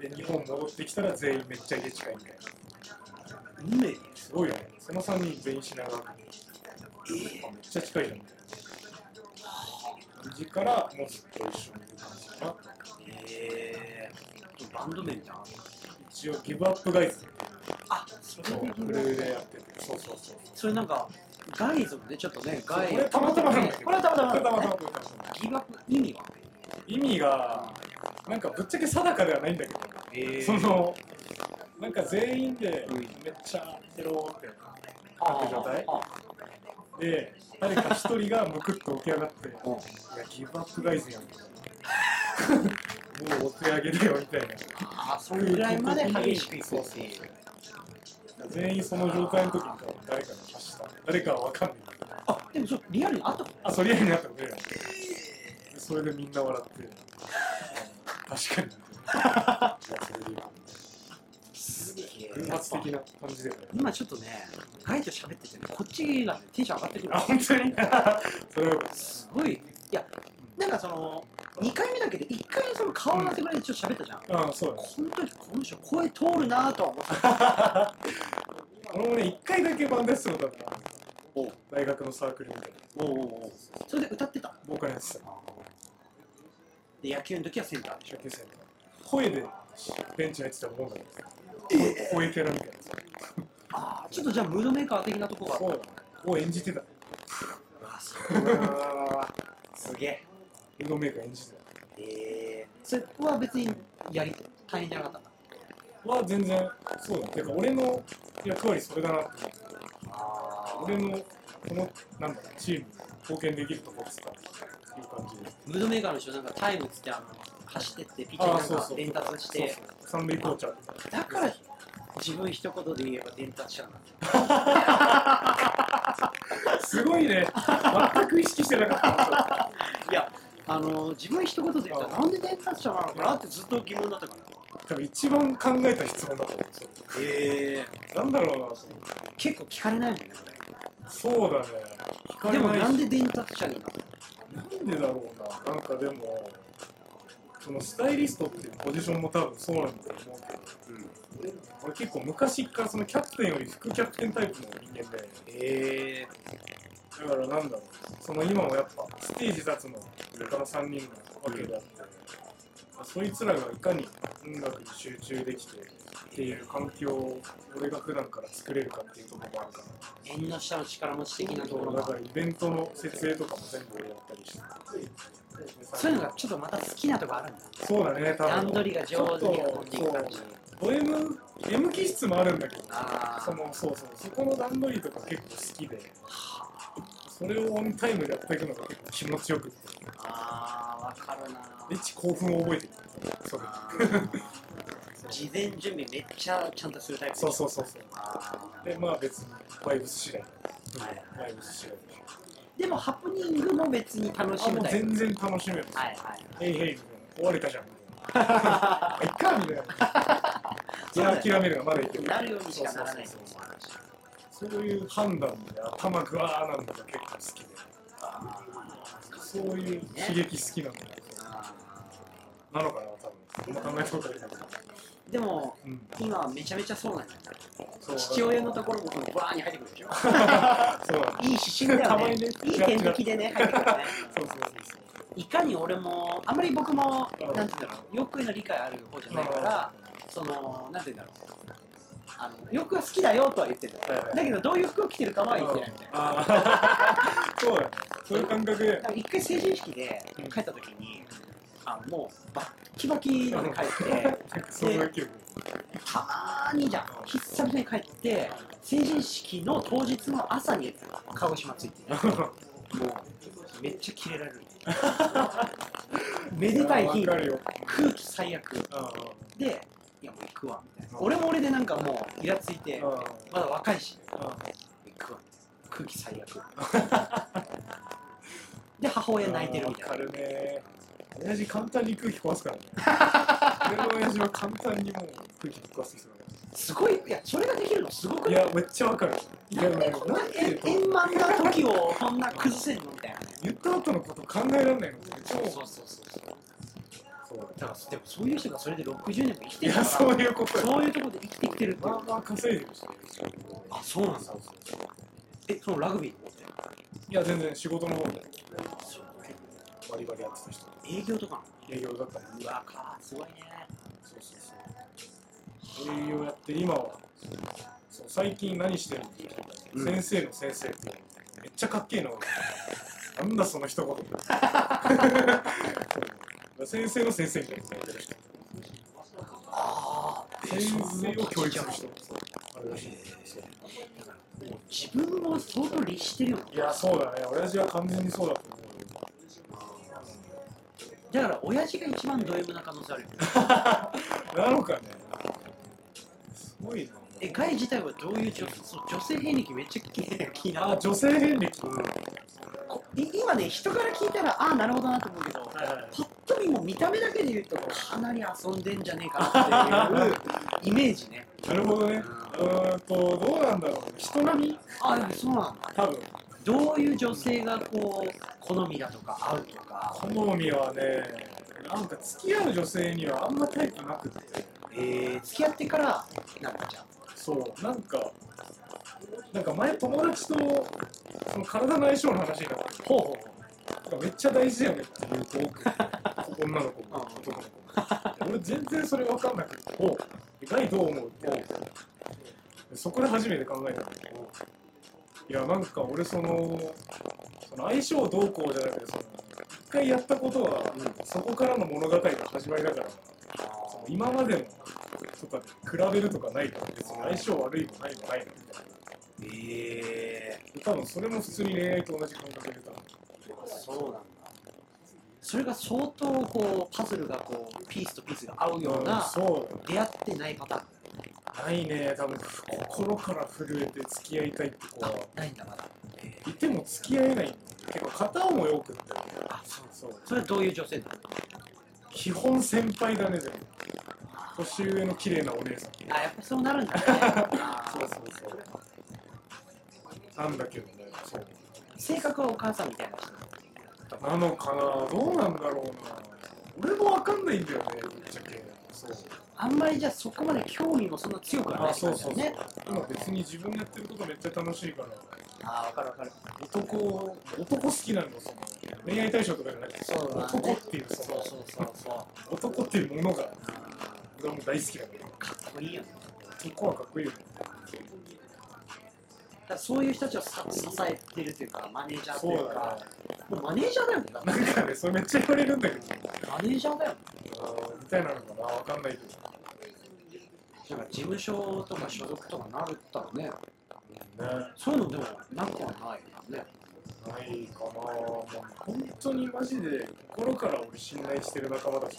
B: で日本戻ってきたら全員めっちゃ家近いみたいな
A: 運命
B: すごいよねその3人全員品川区あめっちゃ近いじゃんみたいな感じからもうずっと一緒にいる感じかな
A: えー、バンド名じゃん
B: 一応ギブアップガイズ
A: あそれ
B: のクルーでやっててそうそうそう
A: それなんかガイズもねちょっとねガイ
B: これたまたまなんだけど
A: これはたまたま
B: これたまた
A: ね
B: まこれたまたま
A: ギブアップ意味は
B: 意味がなんかぶっちゃけ定かではないんだけど、
A: えー
B: そのなんか全員で
A: うん
B: めっちゃヘローって
A: あ
B: 状態
A: あ
B: で誰か一人がむくっと起き上がって「いや
A: うん
B: ギブアップガイズやん」みたいなもうお手上げだよ」みたいな
A: あそれぐらいまで激しくいくっていう
B: 全員その状態の時に誰かが発した誰かは分かんない
A: あでもそうリアルにあったこと
B: あそれやになったのねそれでみんな笑って確かに
A: す
B: 群発的な感じだよね
A: 今ちょっとねガイと喋ってて、ね、こっちが、ね、テンション上がってくる
B: あ本当にそれは
A: すごいいやなんかその2回目だけど1回その顔合わせぐらいでちょっと喋ったじゃん、
B: あそう
A: この時この人声通るなとは思った
B: だ俺もね一回だけバンドやってたことあったな
A: おう
B: 大学のサークルみたいな
A: おうおうおうそれで歌ってた
B: ボーカルやってた
A: で野球の時はセンターでしょ
B: 初級生の声でベンチに入ってたら思うんだけど声キャラみたいな
A: ああちょっとじゃあムードメーカー的なとこがあ
B: そうだねを演じてた
A: あそうだすげえ
B: 運動メーカー演じてた
A: えー、そこは別にやり大変じゃなかったんだ
B: は全然そうだねてか俺の役割それだなって
A: あ
B: 俺のこのなんだろうチームに貢献できるとこっつったっていう感じで
A: ムードメーカーの人なんかタイムつってあの走ってってピッチャ
B: あ
A: ー
B: あ
A: なん
B: そう
A: か
B: そう
A: 伝達して
B: そうそう三塁コーチャー
A: だから自分一言で言えば伝達者なんだ
B: すごいね全く意識してなかった
A: いやあの自分一言で言ったらなんで伝達者なのかなってずっと疑問だったから
B: 多分一番考えた質問だと思うんですよ
A: へえ
B: なんだろうなと思って
A: 結構聞かれないもんね
B: そうだね聞
A: こ
B: か
A: れ
B: れ
A: でも
B: ないし
A: なんで伝達者になる
B: なんでだろうななんかでもそのスタイリストっていうポジションも多分そうなんだと思うけど
A: の
B: 俺結構昔からそのキャプテンより副キャプテンタイプの人間で
A: へえ
B: だからなんだろう、その今もやっぱステージ立つの他の3人のわけであって、そいつらがいかに音楽に集中できてっていう環境を俺が普段から作れるかっていうところもあるか
A: 縁の下の力持ち的な
B: ら、
A: ところ
B: だ
A: が
B: からイベントの設営とかも全部俺やったりして、
A: そういうのがちょっとまた好きなとこあるんだ
B: そうだね、多分
A: 段取りが上手に運んでいく感じ
B: ちょっとそうド M, M 気質もあるんだけど、
A: あー
B: そのそうそう、そこの段取りとか結構好きで、それをオンタイムでやっていくのが結構気持ちよくて。
A: ああわかるな
B: 一興奮を覚えてるそう
A: あー事前準備めっちゃちゃんとするタイプ
B: そうそうそうそう
A: あ
B: でまあ別にバイブス次第、
A: はい
B: バイブス次第
A: ーでもハプニングも別に楽し
B: あも
A: む
B: う
A: タイプ
B: 全然楽しめる
A: はいはい
B: へいへいみたいな終われ たじゃんみたいないっかみたい
A: そうだ
B: な
A: よ
B: 諦めるがまだいける
A: なるようにしかならない
B: そ
A: と
B: う
A: 思
B: そう
A: う話
B: そうそういう判断で頭グワーなのが結構好きで
A: あ
B: そういう刺激好きなの
A: あ
B: なのかな多分そんな考えたことないけど
A: ーでも
B: うん
A: 今はめちゃめちゃそうなんじゃない
B: そう
A: 父親のところもこのバーに入ってくるでし ょ
B: そうだね
A: いい指針だ
B: た
A: よ
B: ま
A: ね
B: にね
A: いい点滴でね入ってくるね
B: そうそうそうそう
A: いかに俺もあんまり僕もなんて言うんだろうよくの理解ある方じゃないからそのなんて言うんだろうあのよくは好きだよとは言ってる
B: はいはい
A: だけどどういう服を着てるかは言ってないみたいな
B: あーそうだね。そういう感覚で
A: だ。から一回成人式で帰った時にあのもうバッキバキので帰って
B: そういう気分。
A: たまーにじゃん久々に帰って成人式の当日の朝に鹿児島着いてもうめっちゃキレられるめでたい
B: あー
A: 日
B: わかるよ。
A: 空気最悪
B: あ
A: でいやもう行くわみたいな
B: うん
A: 俺も俺でなんかもうイラついて
B: ーあ
A: まだ若いし
B: ーあ
A: 行くわ空気最悪で母親
B: ー。
A: 泣いてるみた
B: わ
A: いな
B: かるね。親 父簡単に空気壊すからね。俺の親父は簡単にもう空気ぶっ壊す人だか
A: すごいいやそれができるのすごく
B: い
A: ない
B: や、めっちゃわかる。いや、もう、なんていうと、
A: 円満な時をこんな崩せんのみたいなね
B: 言った後のこと考えられないのって、超、
A: そう
B: そ
A: そううそうそうだからでもそういう人がそれで60年も生き
B: い
A: てるか
B: や、
A: ら
B: そ
A: そう
B: いうことよ。
A: ういうところで生きてきてるっていう
B: まあまあ稼いでるし。
A: あそうなんだ
B: そうそうそう
A: えそのラグビーの方って
B: いや、全然仕事の方で、バリバリやってた人、
A: 営業とか
B: 営業だったり、
A: なのうわかすごいね
B: そうそうそう。営業やって、今は、そう最近何してるのって聞いたら、
A: うん
B: 先生の先生って、めっちゃかっけえな。俺なんだその一言。先生の先生みたいなことやってる人。
A: ああ
B: 先生を教育する人。あれらしい。
A: もう自分も相当律してるよね
B: いや、そうだね。親父は完全にそうだと思
A: だから親父が一番ド M な可能性あるよね
B: う。なのかね。すごいな。
A: えガイ自体はどういう女そう女性遍歴めっちゃ気になる気にな
B: あ、
A: る
B: 女性遍歴。
A: こい今ね人から聞いたらああなるほどなと思うけど
B: はいはい
A: ぱっと見もう見た目だけで言うとかなり遊んでんじゃねえかなっていうイメージね
B: なるほどね。う
A: う
B: ーんと、どうなんだろう。人並み
A: あでもそうなんだ
B: 多分。
A: どういう女性がこう好みだとか合うとか
B: 好みはね、なんか付き合う女性にはあんまタイプなくて。
A: えー、付き合ってからなんかじゃ
B: そう、なんか、なんか前友達と、その体の相性の話になって。
A: ほうほ
B: めっちゃ大事だよねって言うと多くて女の子も
A: うん
B: 男の子も俺全然それ分かんなくて「おガイどう思う?」ってそこで初めて考えたんだけどいやなんか俺そのその相性どうこうじゃなくてその一回やったことは
A: うん
B: そこからの物語が始まりだからその今までのとかで比べるとかないから別に相性悪いもないもないのみたいな
A: え
B: 多分それも普通に恋愛と同じ感覚で多分
A: ー、そうなんだそれが相当こうパズルがこうピースとピースが合うよう
B: うん
A: な
B: そうだね
A: 出会ってないパターン
B: ないね、多分心から震えて付き合いたいって子は、
A: ないんだまだ、え
B: いても付き合えないんだ結構片思い多くって、
A: ー、あそう
B: そう
A: それはどういう女性なの
B: 基本先輩だね、全部。年上の綺麗なお姉さん。
A: あやっぱそうなる んだねあ
B: そ
A: ー
B: うそうそう。なんだけどね、そう。
A: 性格はお母さんみたいな人
B: なのかな、どうなんだろうな。俺もわかんないんだよね、ぶっちゃけ。そう。
A: あんまりじゃあそこまで興味もそんな強くはない
B: あ、
A: ってこ
B: そ
A: とだ
B: うそうそ
A: よ
B: う
A: ね。
B: 今別に自分がやってることめっちゃ楽しいから、
A: あーわかるわかる
B: 男、男好きなの、その、恋愛対象とかじゃなくて、
A: そうだね
B: 男っていう、そ
A: そう
B: の、
A: そうそうそう
B: 男っていうものが
A: あ
B: 俺はもう大好きだから
A: ーかっこいいよね
B: 男はかっこいいよね
A: だからそういう人たちをさ支えてるというかマネージャーと
B: そ
A: いうう
B: だ
A: かもうマネージャーだよねだっ
B: ねなんかねそれめっちゃ言われるんだけど
A: てマネージャーだよね
B: あーみたいなのかなわかんないけ
A: なんか事務所とか所属とかなるったらね
B: どね
A: そういうのでもなくはないよね
B: ないかなもう本当にマジで心から俺信頼してる仲間だし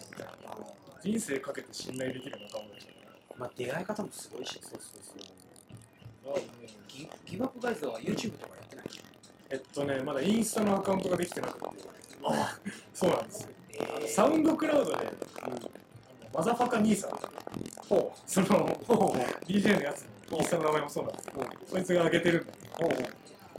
B: 人生かけて信頼できる仲間だし
A: まあ出会い方もすごいし
B: そうそうそうあもう
A: ギギブアップガイズは YouTube とかやってない
B: えっとねまだインスタのアカウントができてなくて
A: あ
B: そうなんですよ
A: えー
B: サウンドクラウドであのマザファカ兄さん
A: ほ
B: その
A: うほうほう
B: DJ のやつのインスタの名前もそうなんですけどそいつが上げてるんだけ
A: ほうほう
B: ど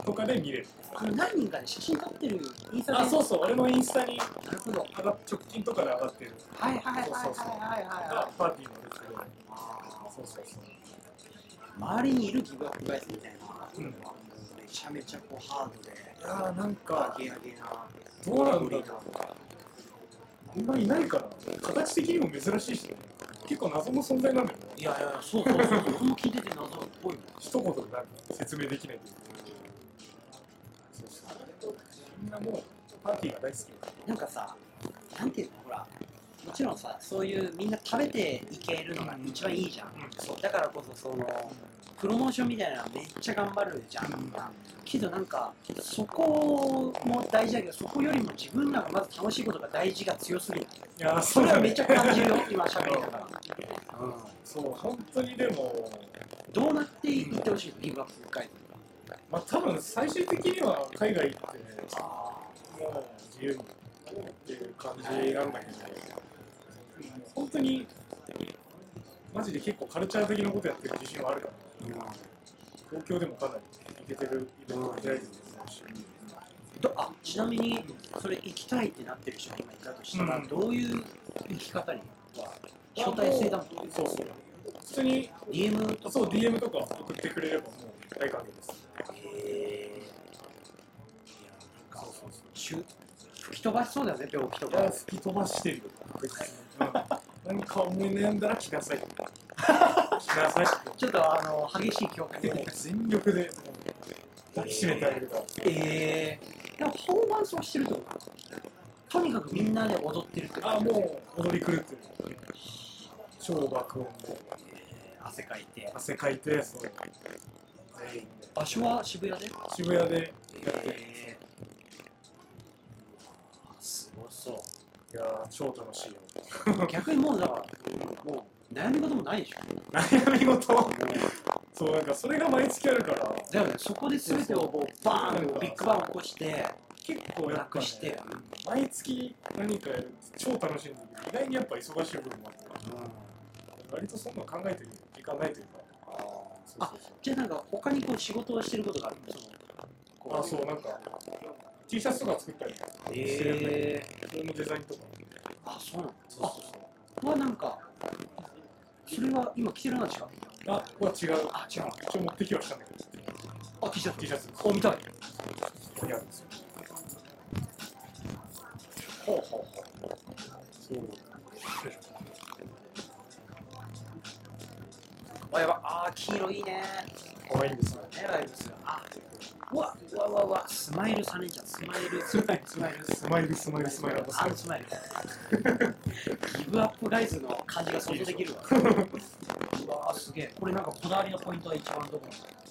B: とかで見れる
A: あの何人かで写真撮ってるインスタで
B: あ、そうそう、俺のインスタに
A: なるほど
B: 上がっ直近とかで上がってる
A: はいはいはいはい
B: そうそう
A: はいはいは
B: が
A: い
B: パーティーなんですけど、
A: あ
B: そうそうそ
A: ー周りにいるギブアップガイズみたいな
B: う。うん、い
A: めちゃめちゃこうハードで
B: やー、なん
A: ガ
B: か、
A: ゲーゲーな
B: どうなん
A: グ
B: だ
A: リ
B: ろう
A: ー。な
B: あんまいないから、形的にも珍しいし、結構謎の存在なんだよ
A: い
B: ね。
A: やいやそうそうそう僕も聞いてて謎っぽいもん
B: 一言でなんか説明できないというか。そうそう。みんなもう、パーティーが大好きだか
A: なんかさなんていうのほらもちろんさそういうみんな食べていけるのが一番いいじゃん
B: ら。うん、
A: そうだからこそそのプロモーションみたいなのめっちゃ頑張るじゃん、
B: うん
A: けどなんかそこも大事だけどそこよりも自分らがまず楽しいことが大事が強すぎる
B: いやー、
A: そ
B: そう
A: れは
B: だ
A: め
B: ね
A: っち。ゃ感 じるよ今しゃべりながら、
B: そう、本当にでも、
A: どうなっていってほしいギブアップ会
B: まあ多分最終的には海外行って、
A: あ
B: もう自由にっていう感じなんだけど、本当にマジで結構カルチャー的なことやってる自信はあるから、東京でもかなりいけてるイベントが開いてると思うし、
A: どあちなみにそれ行きたいってなってる人が今いたとしたら、
B: うん
A: どういう生き方には招待制だもんね
B: そうそう。普通に、
A: DM とか
B: そう、DM とか送ってくれればもう大歓迎です。
A: へえ中吹き飛ばしそうだよね病気と
B: いや、
A: か
B: 吹き飛ばしてるよ。うん何か思い悩んだら来 なさい。来なさいって。
A: ちょっとあの激しい教訓
B: もう全力で抱きしめてあげるから。
A: ええでもパフォーマンスをしてるってことかとにかくみんなで踊ってるってこと
B: あ、もう踊り狂ってる。超爆音で
A: えー汗かいて
B: 汗かいて、そう。全員で
A: 場所は渋谷で
B: 渋谷でやってる。
A: えー、すごそ
B: いやー、超楽しいよ。
A: う逆にもうだからもう悩み事もないでしょ
B: 悩み事。そう、なんかそれが毎月あるから、
A: だよねそこで全てをもうバーンビッグバン起こして
B: 結構
A: な
B: やっぱ
A: く
B: ね
A: して、
B: 毎月何かやるって超楽しいんだけど、意外にやっぱ忙しい部分もあって。割とそんなの考えていかないというか、そうそうそう
A: じゃあなんか他にこう仕事をしてることがあるんです
B: あそう、なんか、T シャツとか作ったり、
A: えー、
B: 自分のデザインとか、
A: あそうなの
B: そうそうそう。
A: はなんかそれは今着てるのは違う
B: あ、ここは違う。
A: あ違う
B: 一応持ってきはしたんだけど、
A: あ T シャツ
B: T シャツ、
A: お見たい
B: ここにあるんですよ。
A: ほうほうほ
B: そう。
A: うあやばあー黄色いいね
B: 可愛いんですよ。
A: ねライブスあうわうわうわうわスマイルサネちゃんスマイルスマイルスマイル
B: スマイル、スマイル、スマイル、
A: あスマイルギブアップガイズの感じが想像でき るわうわーすげえこれなんかこだわりのポイントは一番どこ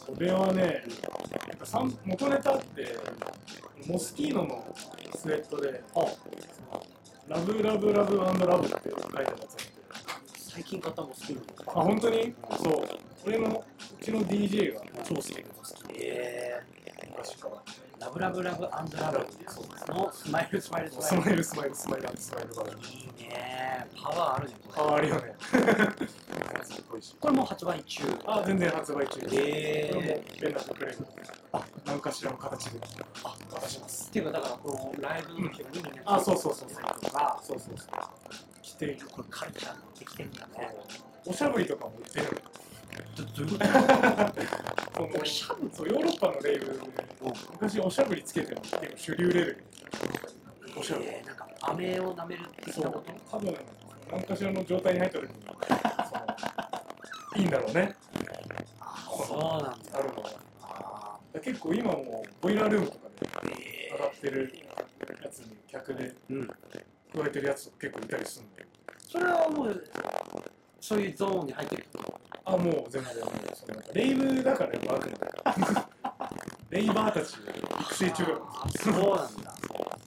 B: これはね、なんかさん元ネタって、モスキーノのスウェットで、
A: あ
B: ラブラブラブアンドラブって書いてあるやつあって。
A: 最近買ったも好きなの
B: あ、本当にそう。俺の、うちの DJ が超好きで、
A: え
B: 昔から。
A: ー、ラブラブラブアンドラブのスマイルスマイルス
B: ス
A: マイ
B: マイル、スマイル、スマイル、スマイルバージョン。
A: ルいいねパワーあるねこれ
B: 変わるよね。
A: これもう発売中
B: あ、全然発売中です。
A: へー
B: これも連絡くれる。あ、何かしらの形で。あ、渡します。
A: っていうかだからこのライブの時にみんな
B: あ、そうそうそうそう。
A: とか
B: そうそうそう。着ている。
A: これカルチャーになってきてるんだね
B: おしゃぶりとかも売ってる。
A: どどういうこと
B: その
A: おしゃぶり
B: そう、ヨーロッパのレーブルで、昔おしゃぶりつけてるの結構主流レベル。おしゃぶり。
A: えー、なんか飴を舐めるって
B: そ
A: 言った
B: う
A: こと、
B: 多分何かしらの状態に入った時に、そのいいんだろうね、
A: あそうなんだ
B: あるのは。
A: あ
B: 結構今もボイラールームとかで
A: ー
B: 上がってるやつに客で
A: うん
B: 加えてるやつとか結構いたりするんで、
A: それはもうそういうゾーンに入ってる
B: あ、もう全部、そのなんかレイブだからやっぱあるんだ レイバーたち育成中だか
A: あーそうなんだ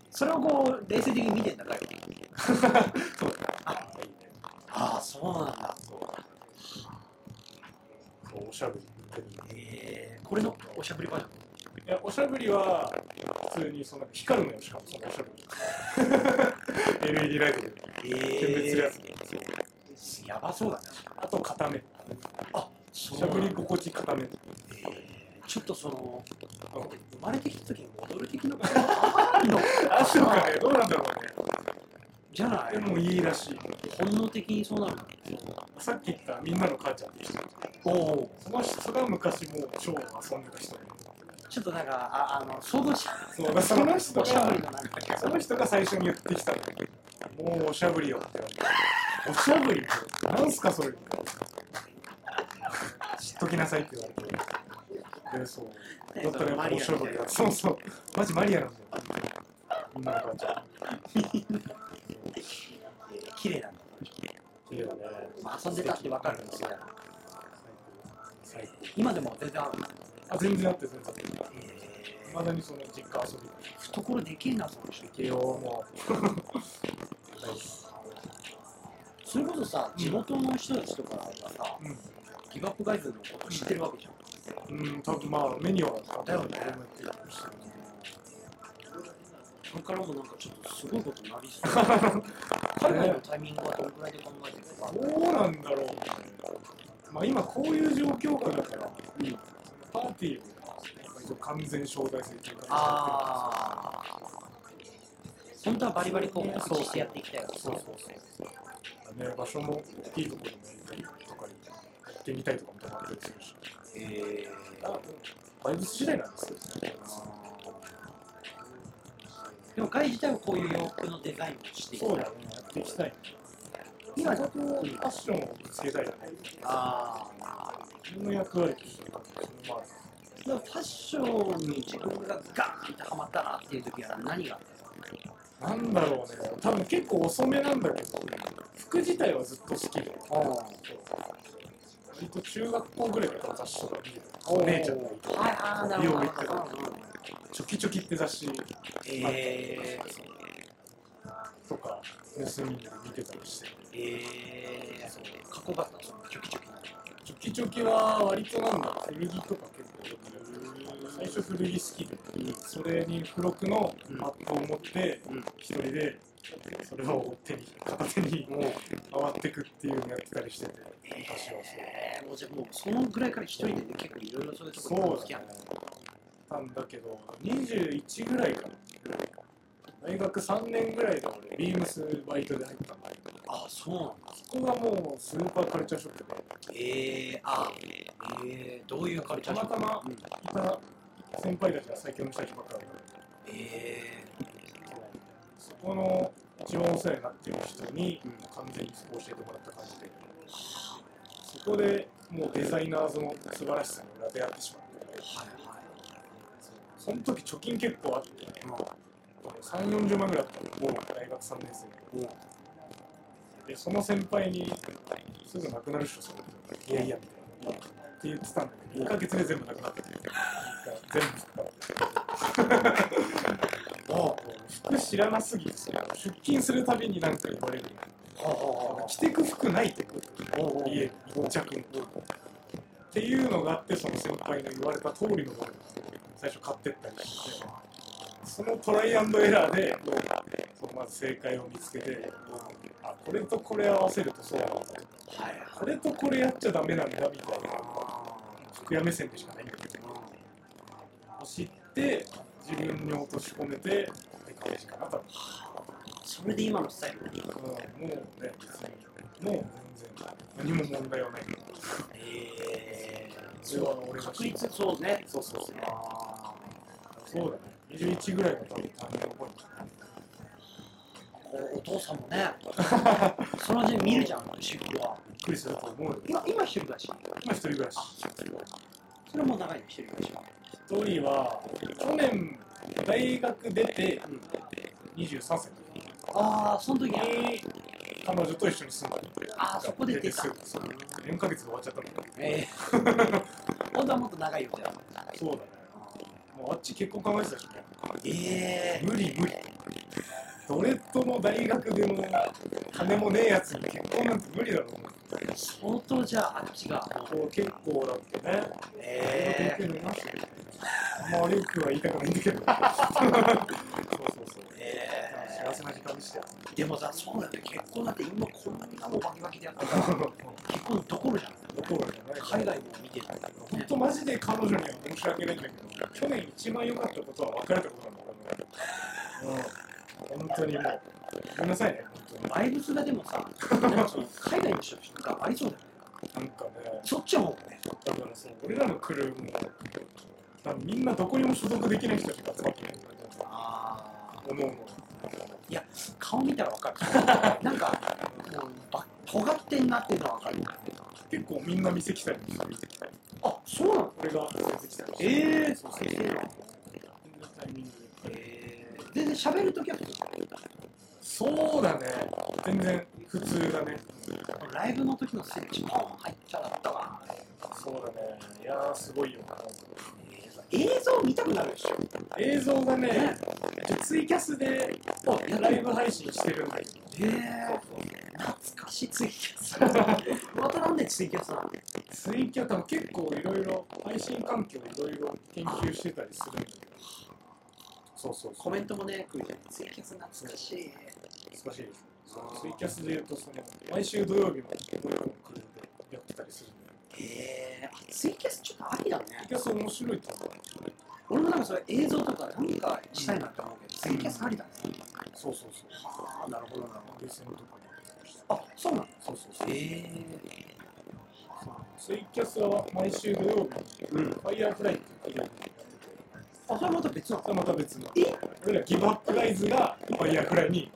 A: それをこう冷静的に見てんだから
B: ら、そう
A: ああーそうなんだ
B: そうおしゃぶり。
A: えー、これのおしゃぶりバージ
B: いや、おしゃぶりは普通にその光るのよ、しかもそのおしゃぶり。LED ライトで
A: ョン
B: 点滅するや
A: え
B: つ。
A: ー、やばそうだね
B: あと固め。
A: あ
B: お
A: そう
B: し
A: な
B: ゃ
A: ん
B: ぶ
A: だ
B: り心地固め。
A: ちょっとその
B: うん
A: 生まれてきた時に戻る的なことがあるの
B: あ、そうかね。どうなんだろうね。
A: じゃな
B: で
A: い
B: もいいらしい。
A: 本能的にそうなるの
B: さっき言ったみんなの母ちゃんって人。
A: おお
B: その人が昔もう超遊んでた人で。
A: ちょっとなんかああの想像し
B: そうだ、その人
A: おしゃぶ
B: が
A: り、のなんか
B: その人が最初に言ってきたんだけどもうおしゃぶりよって言われて。おしゃぶりってなんすかそれ。知っときなさいって言われて。で、そう。だったらやっぱおしゃぶりだ。そうそう。マジマリアなんだよ。みんなの母ちゃん。
A: 綺麗なんだ
B: いいよね。
A: まあ遊んでたってわかるんですよ
B: 最高。
A: 今でも全然ある
B: あ、全然あって、全然あって。
A: え
B: まだにその実家遊びに
A: ー懐でけえなと思って
B: 行けよ、も
A: それこそさ地元の人たちとかがさ
B: う。うん
A: ギブアップガイズのこと知ってるわけじゃん
B: うん、多分まあメニューは
A: だよね
B: 俺もやってるかもしれない
A: これからもなんかちょっとすごいことになりそう。海外のタイミングはどのくらいで考えてるのか。
B: どうなんだろうね。まあ今こういう状況下だか
A: う
B: ら、
A: ん
B: パーティーをやっぱり一応完全招待制という形でやっ
A: ああ。本当はバリバリこう告知してやっていきたいわけです
B: そう
A: ね
B: そうてるね、場所もいいところに行ったりとかにやってみたいとかもたまったりするし、
A: へ
B: まあバイブス次第なんですよね。
A: ーでも会自体はこういう洋服のデザインをしていき
B: そう
A: た
B: だ
A: い
B: ね、やっていきたい。
A: 今
B: 今ちょっとファッションをぶつけたいよね。
A: あ
B: 自分の役割として、そのまあ
A: あファッションに自分がガーンってハマったなっていう時は何があったの
B: なんだろうね、多分結構遅めなんだけど、服自体はずっと好きで、割と中学校ぐらいから雑誌とか見てたお姉ちゃんがいて、
A: はいああなるほど
B: 美容行ったからチョキチョキって雑誌
A: え
B: とか、盗みで見てたりして、
A: ー、えー、かっこよかったのそのチョキチョキの
B: チョキチョキは割となんだ、古着とか結構よく、最初古着好きで、それに付録のマットを持って、
A: うん
B: 一人でそれを手に、片手に
A: もう
B: 回ってくっていうのをやってたりしてて、昔はそう。
A: えー、もうじゃあもうそのぐらいから一人でね結構いろいろそういうとこ
B: そ
A: ろ
B: う
A: 好き
B: だ
A: なん
B: ね
A: だ。
B: なんだけど、21ぐらいかな。大学3年ぐらいで俺、ビームスバイトで入ったんだけど、
A: あそうなんだ
B: そこがもうスーパーカルチャーショックで、
A: えー、あえー、どういうカルチャーショック
B: たまた
A: うん
B: いた先輩たちが最強の人たちばっかりだったんだ
A: え
B: けど、そこの一番お世話になってる人に
A: うん
B: 完全にそこを教えてもらった感じで、そこでもうデザイナーズの素晴らしさに俺は出会ってしまって
A: ー、、はいはい
B: その時貯金結構あって、3、40万ぐらいあったの、もう大学3年生で。
A: もう
B: で、その先輩に、すぐなくなるっしょ、それ。いやいや、みたいな。って言ってたんだけど、1ヶ月で全部なくなってて。全部使もう、服知らなすぎて、出勤するたびになんか言われる。着てく服ないってこと。家に、一着に。っていうのがあって、その先輩の言われた通りのものを最初買ってったりして、そのトライアンドエラーで、そのまず正解を見つけて、あ、これとこれ合わせるとそうなんだ。
A: はいはい
B: これとこれやっちゃダメなんだみたいな服屋目線でしかないんだけど知って自分に落とし込めてって感じかな多分、
A: それで今のスタイルに
B: うん、もうね別にもう全然何も問題はない
A: えー、
B: それは俺が
A: 確率そうね
B: そうそうそう
A: あ
B: そうだね21ぐらいの多分誕生の頃
A: ーおお父さんも ねそのうち見るじゃん出勤は
B: びっくりしたと思うよ
A: 今今一人暮らし
B: 今一人暮らし
A: それもう長いの一人暮らしは
B: 一人は去年大学出て
A: うん
B: 23歳の時
A: ああその時は
B: に彼女と一緒に住んだ
A: あーそこで出た
B: すぐ4ヶ月で終わっちゃったんだけど
A: えー、本当はもっと長いよじゃあ
B: そうだね。もうあっち結婚考えてたしね。
A: え
B: 無理無理。ドレッドの大学でも金もねえやつに結婚なんて無理だろう。
A: ー、相当じゃああっちが
B: こう結構だってね。
A: えー、
B: 勉強になりますよね。あんま悪くは言いたくないんだけど。そうそうそう。
A: え
B: 幸せな時間でしたよ。
A: ー、でもさそうだよね結婚だって今こんなにもバキバキでやったから結婚どころじゃん
B: どころじゃない。
A: 海外も見てるんだけど
B: 本
A: ね
B: 当マジで彼女には申し訳ないんだけど、去年一番良かったことは別れたことなんだ俺も。うん。本当にもう、ごめんなさいね、本当に。
A: バイブスがでもさなんかその海外の人が合いそうだよね
B: なんかね、
A: そっちはもうね
B: だからさ、俺らのクルーも、多分みんなどこにも所属できない人たちが集まってるんだよ、
A: ああ
B: おのおの。
A: 顔見たらわ かるなんかもうば尖ってんなっていうのはわかる
B: 結構みんな店来たりして、店来たり。
A: あそうなの
B: 俺が店来たりして。
A: ええー、
B: そう
A: そ
B: そう
A: う
B: そう
A: そう
B: タイミングで
A: えー、全然喋るときは
B: そうだね、全然普通だね。
A: ライブの時のスイッチポン入っちゃったわ
B: そうだね、いやー、すごいよ。
A: 映像見たくなるでしょ
B: 映像がね、ツイキャスでライブ配信してるんだよ。
A: えー、懐かしいツイキャ スまたなんでツイキャスなの
B: ツイキャスも結構いろいろ配信環境いろいろ研究してたりするんだけど、そうそうそう
A: コメントもね来るじゃんツイキャス懐かしい
B: 難しいです
A: あー
B: ツイキャスで言うとその毎週土曜日も土曜日も来るんでやってたりするんで
A: へえー、あツイキャスちょっとありだね
B: ツイキャス面白いと思う
A: 俺もなんかそれ映像とかなんかしたいなって思うけど、ツイキャスありだね
B: そうそうそう
A: はあなるほどなるほ
B: ゲーセンとかも
A: どあそうなん
B: そうそうそう
A: へえ
B: ツイキャスは毎週土曜日に
A: ー、うん
B: ファイヤーフライっていうイベントやってて
A: あそれまた別なの
B: それまた別の
A: え
B: 俺らギブアップライズがファイヤーフライに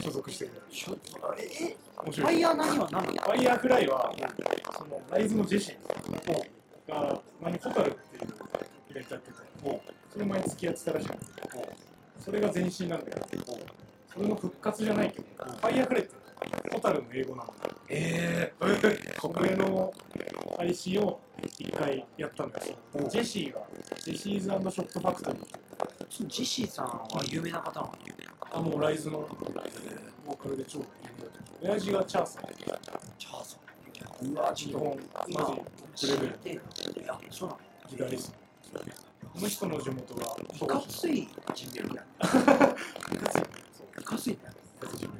B: 所属してくれる
A: ちょっとえファ
B: 面白い
A: イヤー何は何
B: ファイヤーフライは、そのライズのジェシーが前にホタルっていうイベントやってて、それ前付き合ってたらしいんですけど、それが前身なんだけど、それの復活じゃないけど、ファイヤーフライってホタルの英語なんだけど、
A: ええ
B: それの配信を一回やったんだけ
A: う
B: ど、
A: ん
B: ジェシーが、ジェシーズショットファクトリーっていう、
A: ー、ジェシーさんは有名な方なの
B: あのライズのボーカルで超有名だけど、親父がチャーさん、
A: チャーソンうわち
B: 日
A: ょっと
B: 本、マ
A: 今
B: ジ
A: 知っていやそうなの
B: ギタリスト。この人の地元が
A: いかつい人脈だねいかついね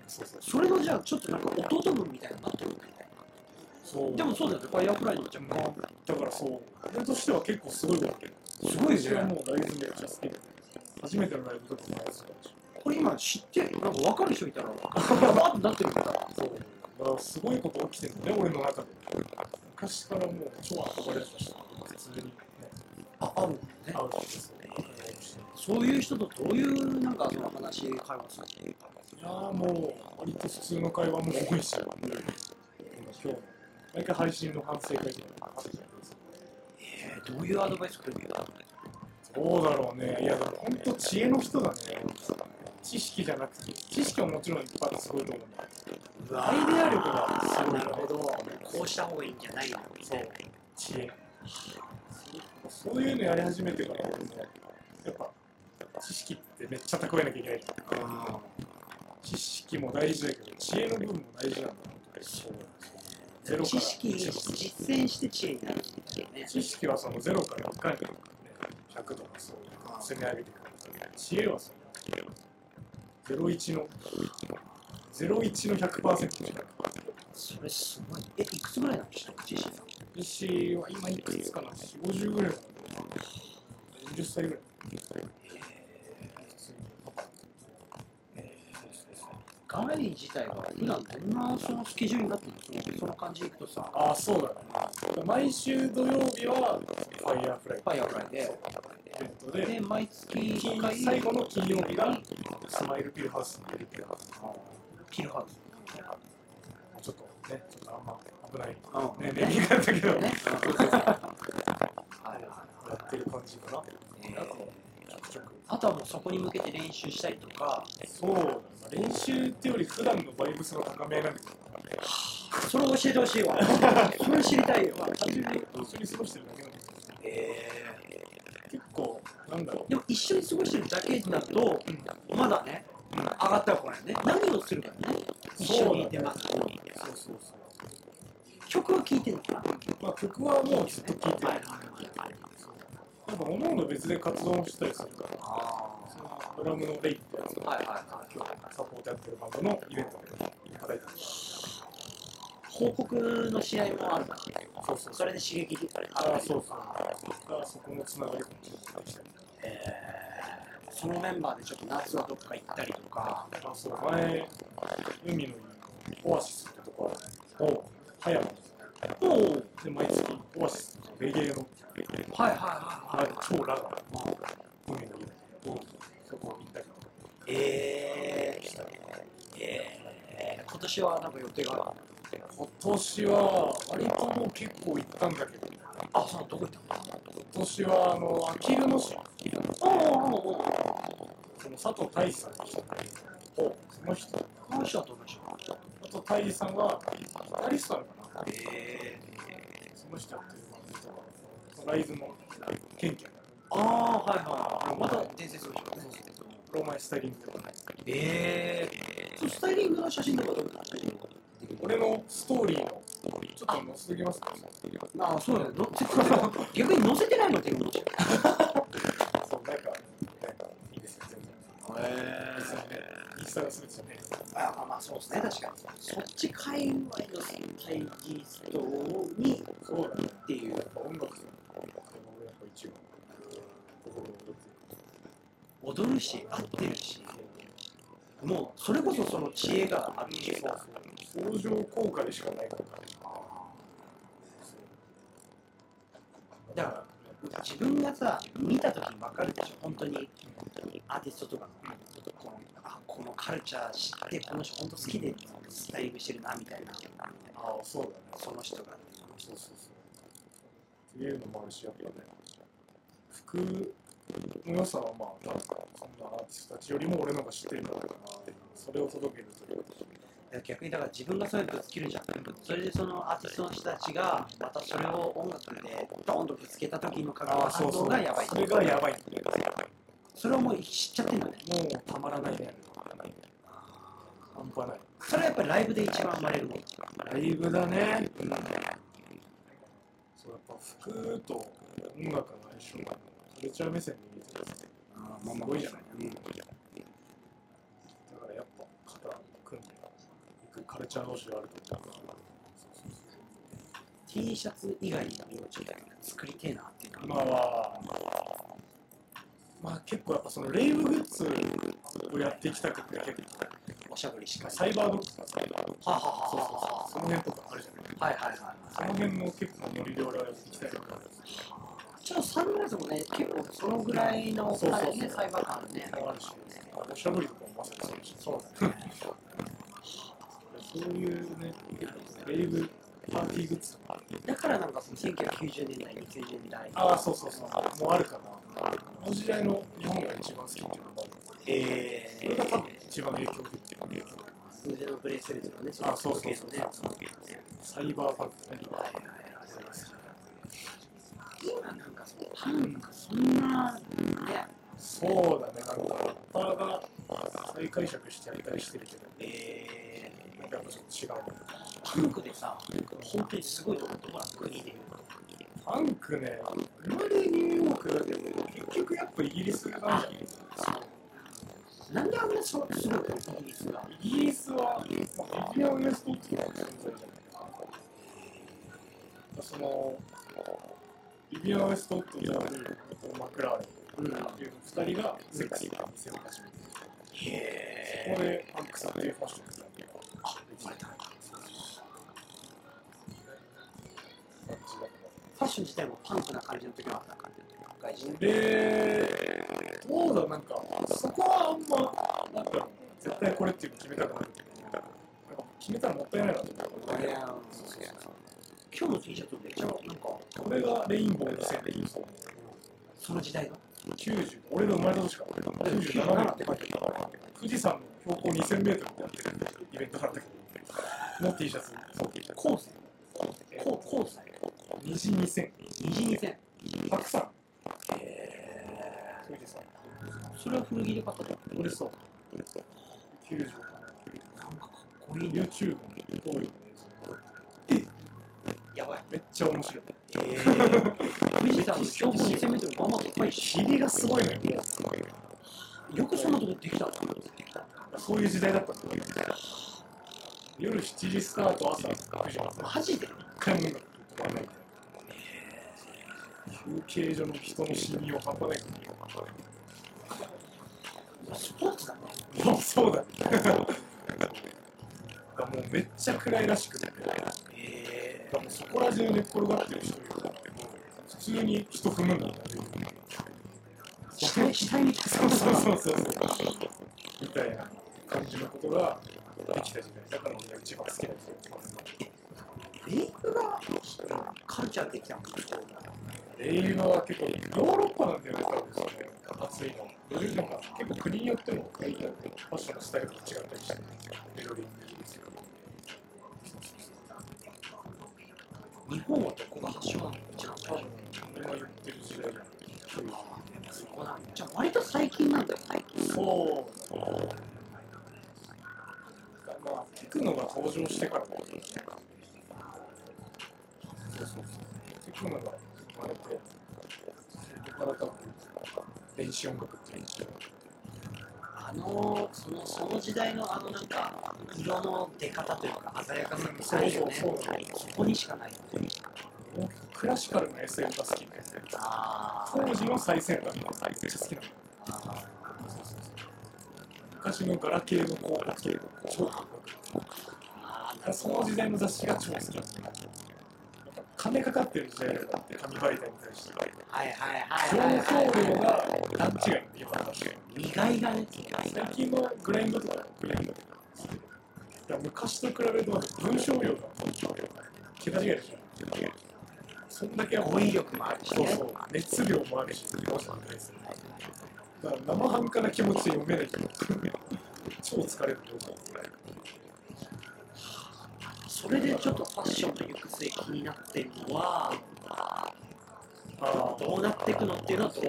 B: そうそう
A: それのじゃあちょっとなんか弟分みたいになってるんだよね
B: そう
A: でもそうだよねファイヤーフライのじゃん
B: だからそう俺としては結構すごいわけ
A: すごいね
B: 私はもうライブめっちゃ好きで初めてのライブとかもライブとかだし
A: これ今知ってなんか分かる人いたら分かるやばってなってるから
B: そうだからすごいこと起きてるんだね俺の中で昔からもう超憧れてたし普通にね
A: ああるね
B: 会う人ですね
A: そういう人とどういうなんかその話会話するの
B: いやーもう割と普通の会話も多いし、今日毎回配信の反省会みたいなのあるじゃないですか
A: えー、どういうアドバイスくれるの
B: どうだろうね。いや、でも本当知恵の人だね。知識じゃなくて、知識はもちろんいっぱいあってすごいと思うんだけ
A: う
B: ど、アイデア力がすご
A: な
B: いな
A: るほどこうした方がいいんじゃないのみたいな
B: 知恵。そういうのやり始めてから、ね、やっぱ、知識ってめっちゃ蓄えなきゃいけないじゃん。
A: あ
B: 知識も大事だけど、知恵の部分も大事なんだ。そうゼ
A: ー
B: ロか
A: 知
B: ら
A: 識実践して知恵になるっていうね
B: 知識はそのゼロからいかに、ね、100とかそう積み上げていくか知恵はそのゼロ一のゼロ一の100%じゃなくて
A: それすごいえいくつぐらいなの人自身さん
B: 石は今いくつかな4 5 0ぐらいなのかな40歳ぐらい普通に
A: ガレリ自体は普段どんなそのスケジュールになってるのその感じでいくとさ
B: ああそうだね毎週土曜日はファイヤーフライ
A: ファイアフライで
B: イベント
A: で
B: で
A: 毎月1
B: 金
A: 回
B: 最後の金曜日がスマイルピルハウス
A: キルハウス
B: ちょっとねちょっとあんま危ない
A: うん
B: ねネギだったけど
A: ねはいはい
B: やってる感じかな。
A: え
B: あと
A: ー、
B: ちょくちょく。
A: あとはもうそこに向けて練習したりとか
B: そうだね、まあ練習ってより普段のバイブスの高めなんだけど、
A: それ教えてほしいわそれ知り たいよ
B: まあ、単純に一緒に過ごしてるだけなんだけど、
A: え
B: 結構、なんだろ
A: ー、でも一緒に過ごしてるだけだとまだね上がったらこないね何をするかね
B: う、。
A: 一緒にいてますす
B: そうそうそう。
A: 曲は聴いてるのかな
B: まあ、曲はもうずっと聴いてる。
A: はい
B: や
A: は
B: っ
A: いはいはい
B: ぱ、各々別で活動もしたりするから、
A: あ
B: そのドラムのレイってやつ
A: ーはいはいはい
B: 今日サポートやってるバンドのイベントでいただいたんです
A: 報告の試合もあるから
B: そうそう
A: それで刺激され
B: ああ、そうそう。だからそこのつながりもちょっと感じたり
A: そのメンバーでちょっと夏はどっか行ったりとか
B: あそう前、海のオアシスってとこを葉山
A: おおはい
B: で毎月オアシスってレゲエの
A: はいはい
B: ラ
A: は
B: ガ超ラガー海の家をそこ行ったり
A: いえー、えー、今年はなんか予定がある
B: 今年は割ともう結構行ったんだけど
A: あそうどこ行ったの
B: 今年はあのあきる野市
A: おおおおお
B: その佐藤大志さんって人その人
A: この人はどんな人
B: 佐藤大志さんはギタリストなのかな
A: え
B: その人やっていうバンドとかライズのケンケン
A: ー、ああーはいはいまだ伝説の人ね
B: ローマンスタイリングとか
A: ええー、そのスタイリングの写真とかどういうの写真
B: 俺のストーリーのちょっと載せときますか
A: ああそうだよの絶対逆に載せてないのって言うの
B: そう、なんか、なんかいいですよ、全然。きさがするじゃね
A: ああまあそうですね確かにそっち界隈の先輩ギストに
B: そうだね
A: っていう
B: 音楽でも俺やっぱ一番心躍って
A: 踊るし合ってるしもうそれこそその知恵があるし
B: そうそう相乗効果でしかないから
A: だから自分がさ見た時に分かるでしょ本当にアーティストとかのこのあこのカルチャー知ってこの人本当好きでスタイリングしてるなみたいな
B: ああそうだね
A: その人が
B: そうそうそうっていうのもあるしやっぱね服の良さはまあ多分そんなアーティストたちよりも俺の方が知ってるんだろうなそれを届けるというか
A: いや逆にだから自分がそれぶつけるじゃんそれでそのアーティストの人たちがまたそれを音楽でドーンとぶつけた時の化学
B: ああ
A: 反
B: そうそ
A: 応
B: う
A: がやばい
B: それがやばい
A: それをもう知っちゃってんだね
B: もうたまらないね半端ない
A: それはやっぱりライブで一番生まれるもん
B: ライブだね。そうやっぱ服と音楽の相性がカルチャー目線で見てたすごいじゃない。だからやっぱ肩組んでいくカルチャー同士があると思うから。
A: T シャツ以外に作りてえなっていうか
B: 今は、まあ結構やっぱそのレイブグッズをやっていきたくて結構、
A: おしゃぶりしか
B: まあ
A: り
B: サイバードッグとかさ、
A: ははは
B: そ
A: は
B: うそうそうその辺とかあるじゃない。
A: はいはいはい
B: その辺も結構ノリで俺はやっていきたいなと思って
A: ちょっとサングラスもね結構そのぐらいの
B: そうそうそう
A: あれねサイバー感ね
B: あるし、おしゃぶりとかもまさにそうでしょ
A: そうだね
B: そういうね、レイブパーティーグッズとか。
A: だからなんかその1990年代20年代
B: ああ、そうそうそう。もうあるかな。この時代の日本が一番好きっていうのがある。
A: え
B: それが多分一番影響できてる。
A: 腕のブレスレットのね、
B: あそうそうそう
A: 時計のね
B: サイバーパンクね。
A: はいはいはいそうです今なんかそのパンがそんな、ね、
B: そうだね、なんかラッパーが再解釈してやりたりしてるけど、
A: え
B: なんかやっぱちょっと違う。
A: ー、パンクでさ、本当にすごいところが国で。
B: パンクね、生まれニューヨークだけど、結局やっぱイギリスがなんじゃん。
A: なんであんなそうすごいイギリスが。
B: イギリスは、まあ、ビビアン・ウエストウッドの存在じゃないその、ビビアン・ウエストウッドであるマクラーレ
A: うん、へ
B: ンっていう2人がセクシーな店を始めて、そこ
A: え。
B: でパンクスっていうファッションが
A: あ、生まれた。
B: 感じだか
A: ファッション自体もパンクな感じの時はあった感じの時は外人
B: ら。で、どうだ、なんか、そこはあんま、なんか、絶対これっていうの決めたくない。なんか決めたらもったいないなと思っ
A: い
B: て
A: やーそうそうそう今日の T シャツめっちゃなんか
B: これがレインボー2000年
A: その時代の
B: 90俺の生まれた年か97年
A: 97って書いてある
B: 富士山の標高2000メートルでやってるイベントがあったけど、の T シャツ、
A: コースコーコース
B: 虹2000、
A: 虹に線
B: 白山、
A: え
B: 富士山、
A: ー、それは古着で買ったじゃん
B: 俺そう、90、
A: なんかかっこいいね
B: YouTube の登録の映
A: やばい
B: 像、めっちゃ面白い。
A: えー、富士山の標高 2000m まあまあ高いし
B: 霧がすごいのよ、
A: よくそんなとこできたの
B: そういう時代だったんだよ。夜7時スタート、朝9時まで、
A: マジで
B: 買い物が止まらない休憩所の人の信用半端ないから。
A: スポーツだね
B: そうそうだね。がもうめっちゃ暗いらしくて、
A: え
B: もうそこら中で転がってる人いるから、普通に人踏むんだったり、
A: 死体死体に
B: そうそうそうそう、みたいな感じのことができた時代、だから俺が一番好きな人
A: レイクがカルチャーできたの
B: レイは結構、ヨーロッパなんだよね、多分それ、暑いの。なんか結構国によっても、ファッションのスタイルが違ったりして、メロディーもいいですよ。
A: 日本はどこが発祥なの一番
B: 多分、俺が言ってる時代だよ
A: そこなんだじゃあ割と最近なんだよ最近
B: そう。まあ、テクノが登場してからも。テクノが生まれて、そこから多分、電子音楽っていうのが
A: あのそのその時代のあのなんか色の出方というか鮮やかさみ
B: そ
A: た
B: う
A: い
B: そ
A: よ
B: う
A: ね
B: そう。
A: そこにしかないよね
B: クラシカルな SM が好きで、
A: あー
B: 当時の最先端がめっちゃ好きなの。
A: あ
B: 昔のガラケーの広告超広
A: ーあーなる
B: 告そ
A: ほ
B: の
A: ど
B: 時代の雑誌が超好きだった。やっぱ金かかってる時代だったって、紙媒体に対して。
A: はいはいはいはい
B: 情
A: はい
B: 報量
A: はい
B: が段違いって言われたんですよ
A: 苦いがね苦いが
B: 最近のグラインドとか、グラインドとか。いや昔と比べると文章量が桁違いでしょ。そんだけ
A: 語彙力もあるし
B: そう
A: ね
B: そう、熱量もあるし、だから生半可な気持ちで読めないけど、超疲れると思
A: それでちょっとファッションの行く末気になってるのは
B: う。あ
A: どうなっていくのっていうのはどこ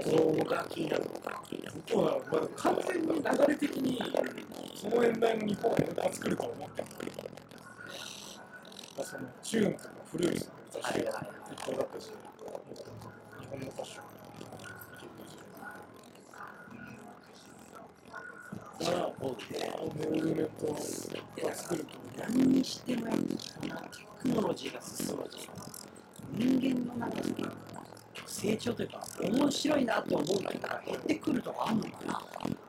A: が気になるのか
B: そうなの、まあ、完全に流れ的に、その年代の日本は復活来るとは思ってなかった。そのチューンとか古い雑誌が一本だったし、日本のファッション
A: それは思うね
B: ムーブメントが作ると
A: 何にしてもやっぱテクノロジーが進むと人間の中で成長というか面白いなと思うのが減ってくるとかあるのかな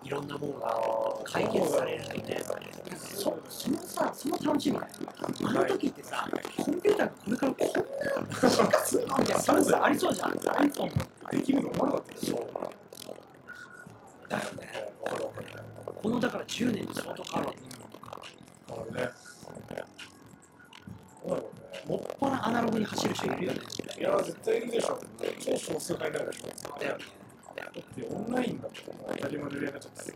A: いろんなものが解決されるみたいなそそのさその楽しみがあの時ってさコンピューターがこれからこんな進化するのみたいな楽しさありそうじゃんだよ
B: iPhone ができるの思わなかったでしょ。
A: ねこのだから10年の仕事変わる
B: あれね。そうだよね。
A: もっぱらアナログに走る人いるよね
B: いや、絶対いるでしょ。超少数派になるでしょ。
A: だよね
B: だってオンラインだったら当たり前の連絡ちゃったり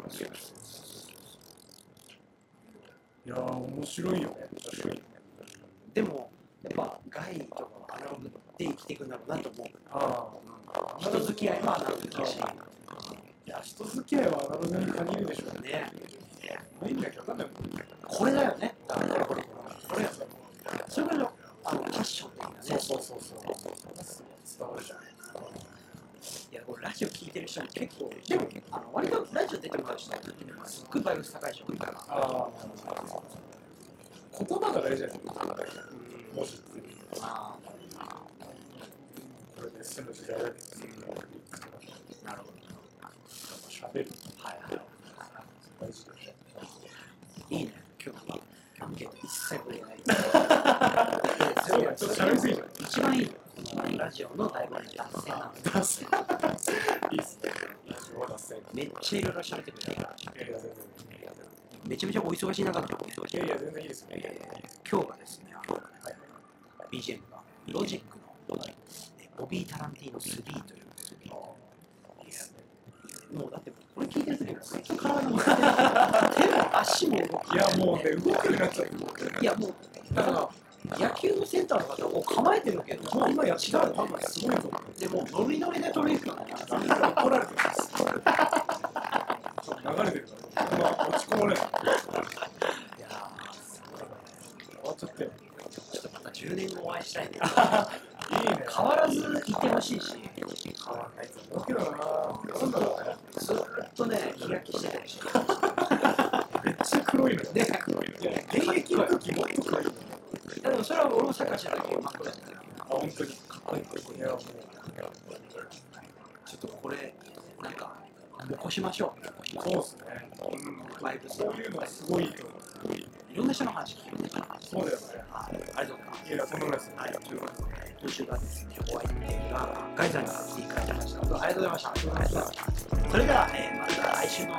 B: いやー、面白いよね。
A: でもやっぱ外とかアナログで生きていくんだろうなと思う
B: ああ、
A: 人付き合いもアナログだし
B: いや、人付き合いはアナログに限るでしょ。
A: ね
B: ないんだけど、わかんないもん。
A: これだよね
B: これ、これやった
A: それからいのあのファッションっていうか
B: そう
A: ね
B: そうそうそう。伝わるじゃん。
A: いやこれラジオ聞いてる人も結構でもあの割とラジオ出てもらう人すっごいバイブス高い人多いから
B: ああ、言葉が大事だよ。文字って。
A: あ
B: これで済む時代だけど、
A: あなるほど
B: 喋る
A: はいは
B: 大事だよ。
A: いいいね今日はアンケート一切触れない
B: そうだちょっと喋りすぎちゃった
A: 一番いい一番いいラジオの醍醐味は脱線なの
B: 脱線。いいっすね。ラジオは脱線。い
A: めっちゃいろいろ喋ってくれたから
B: やいや、全
A: めちゃめちゃお忙しい中で今
B: 然。いやいや、全然いいですよ。
A: 日がですね、あの BGM がロジックの、えボビー・タランティーノ3というもうだってこれ聞いてる時もずっと体が動いてる手も足も動く
B: いや、もうね、動くようになっちゃった。
A: いやもうだから野球のセンターの方もう構えてるけどもう今や違うの多分すごいと思うでもうノリノリで取り行くのね
B: 怒られてます。流れてるから、そんな落ち込まれない。
A: いやーすごい
B: 終わっちゃったよ。
A: ちょっとまた10年後お会いしたいね
B: いいね。
A: 変わらずいてほしいし
B: 変わらないと思うけどな。なんだろうね。
A: ずっとね日焼けしてたりして
B: めっちゃ黒いのよ。
A: ね
B: いや、現役の時もっと黒いよ。
A: いやでもそれは俺もサッカーしてた時真っ黒だったけど
B: あ、本当に。
A: かっこいいかっこいい
B: いや、もう、
A: ちょっとこれなんか残しましょう
B: そうですね。うん
A: バイブス
B: そういうのがすごいと思う。
A: いろんな人の話聞いてた
B: そうだよね。
A: あありがとうございます
B: いや、そのぐらいですね。
A: はい今週がですねお相手がガイさんがいい会社でしたありがとうございましたそれでは、えーまた来週の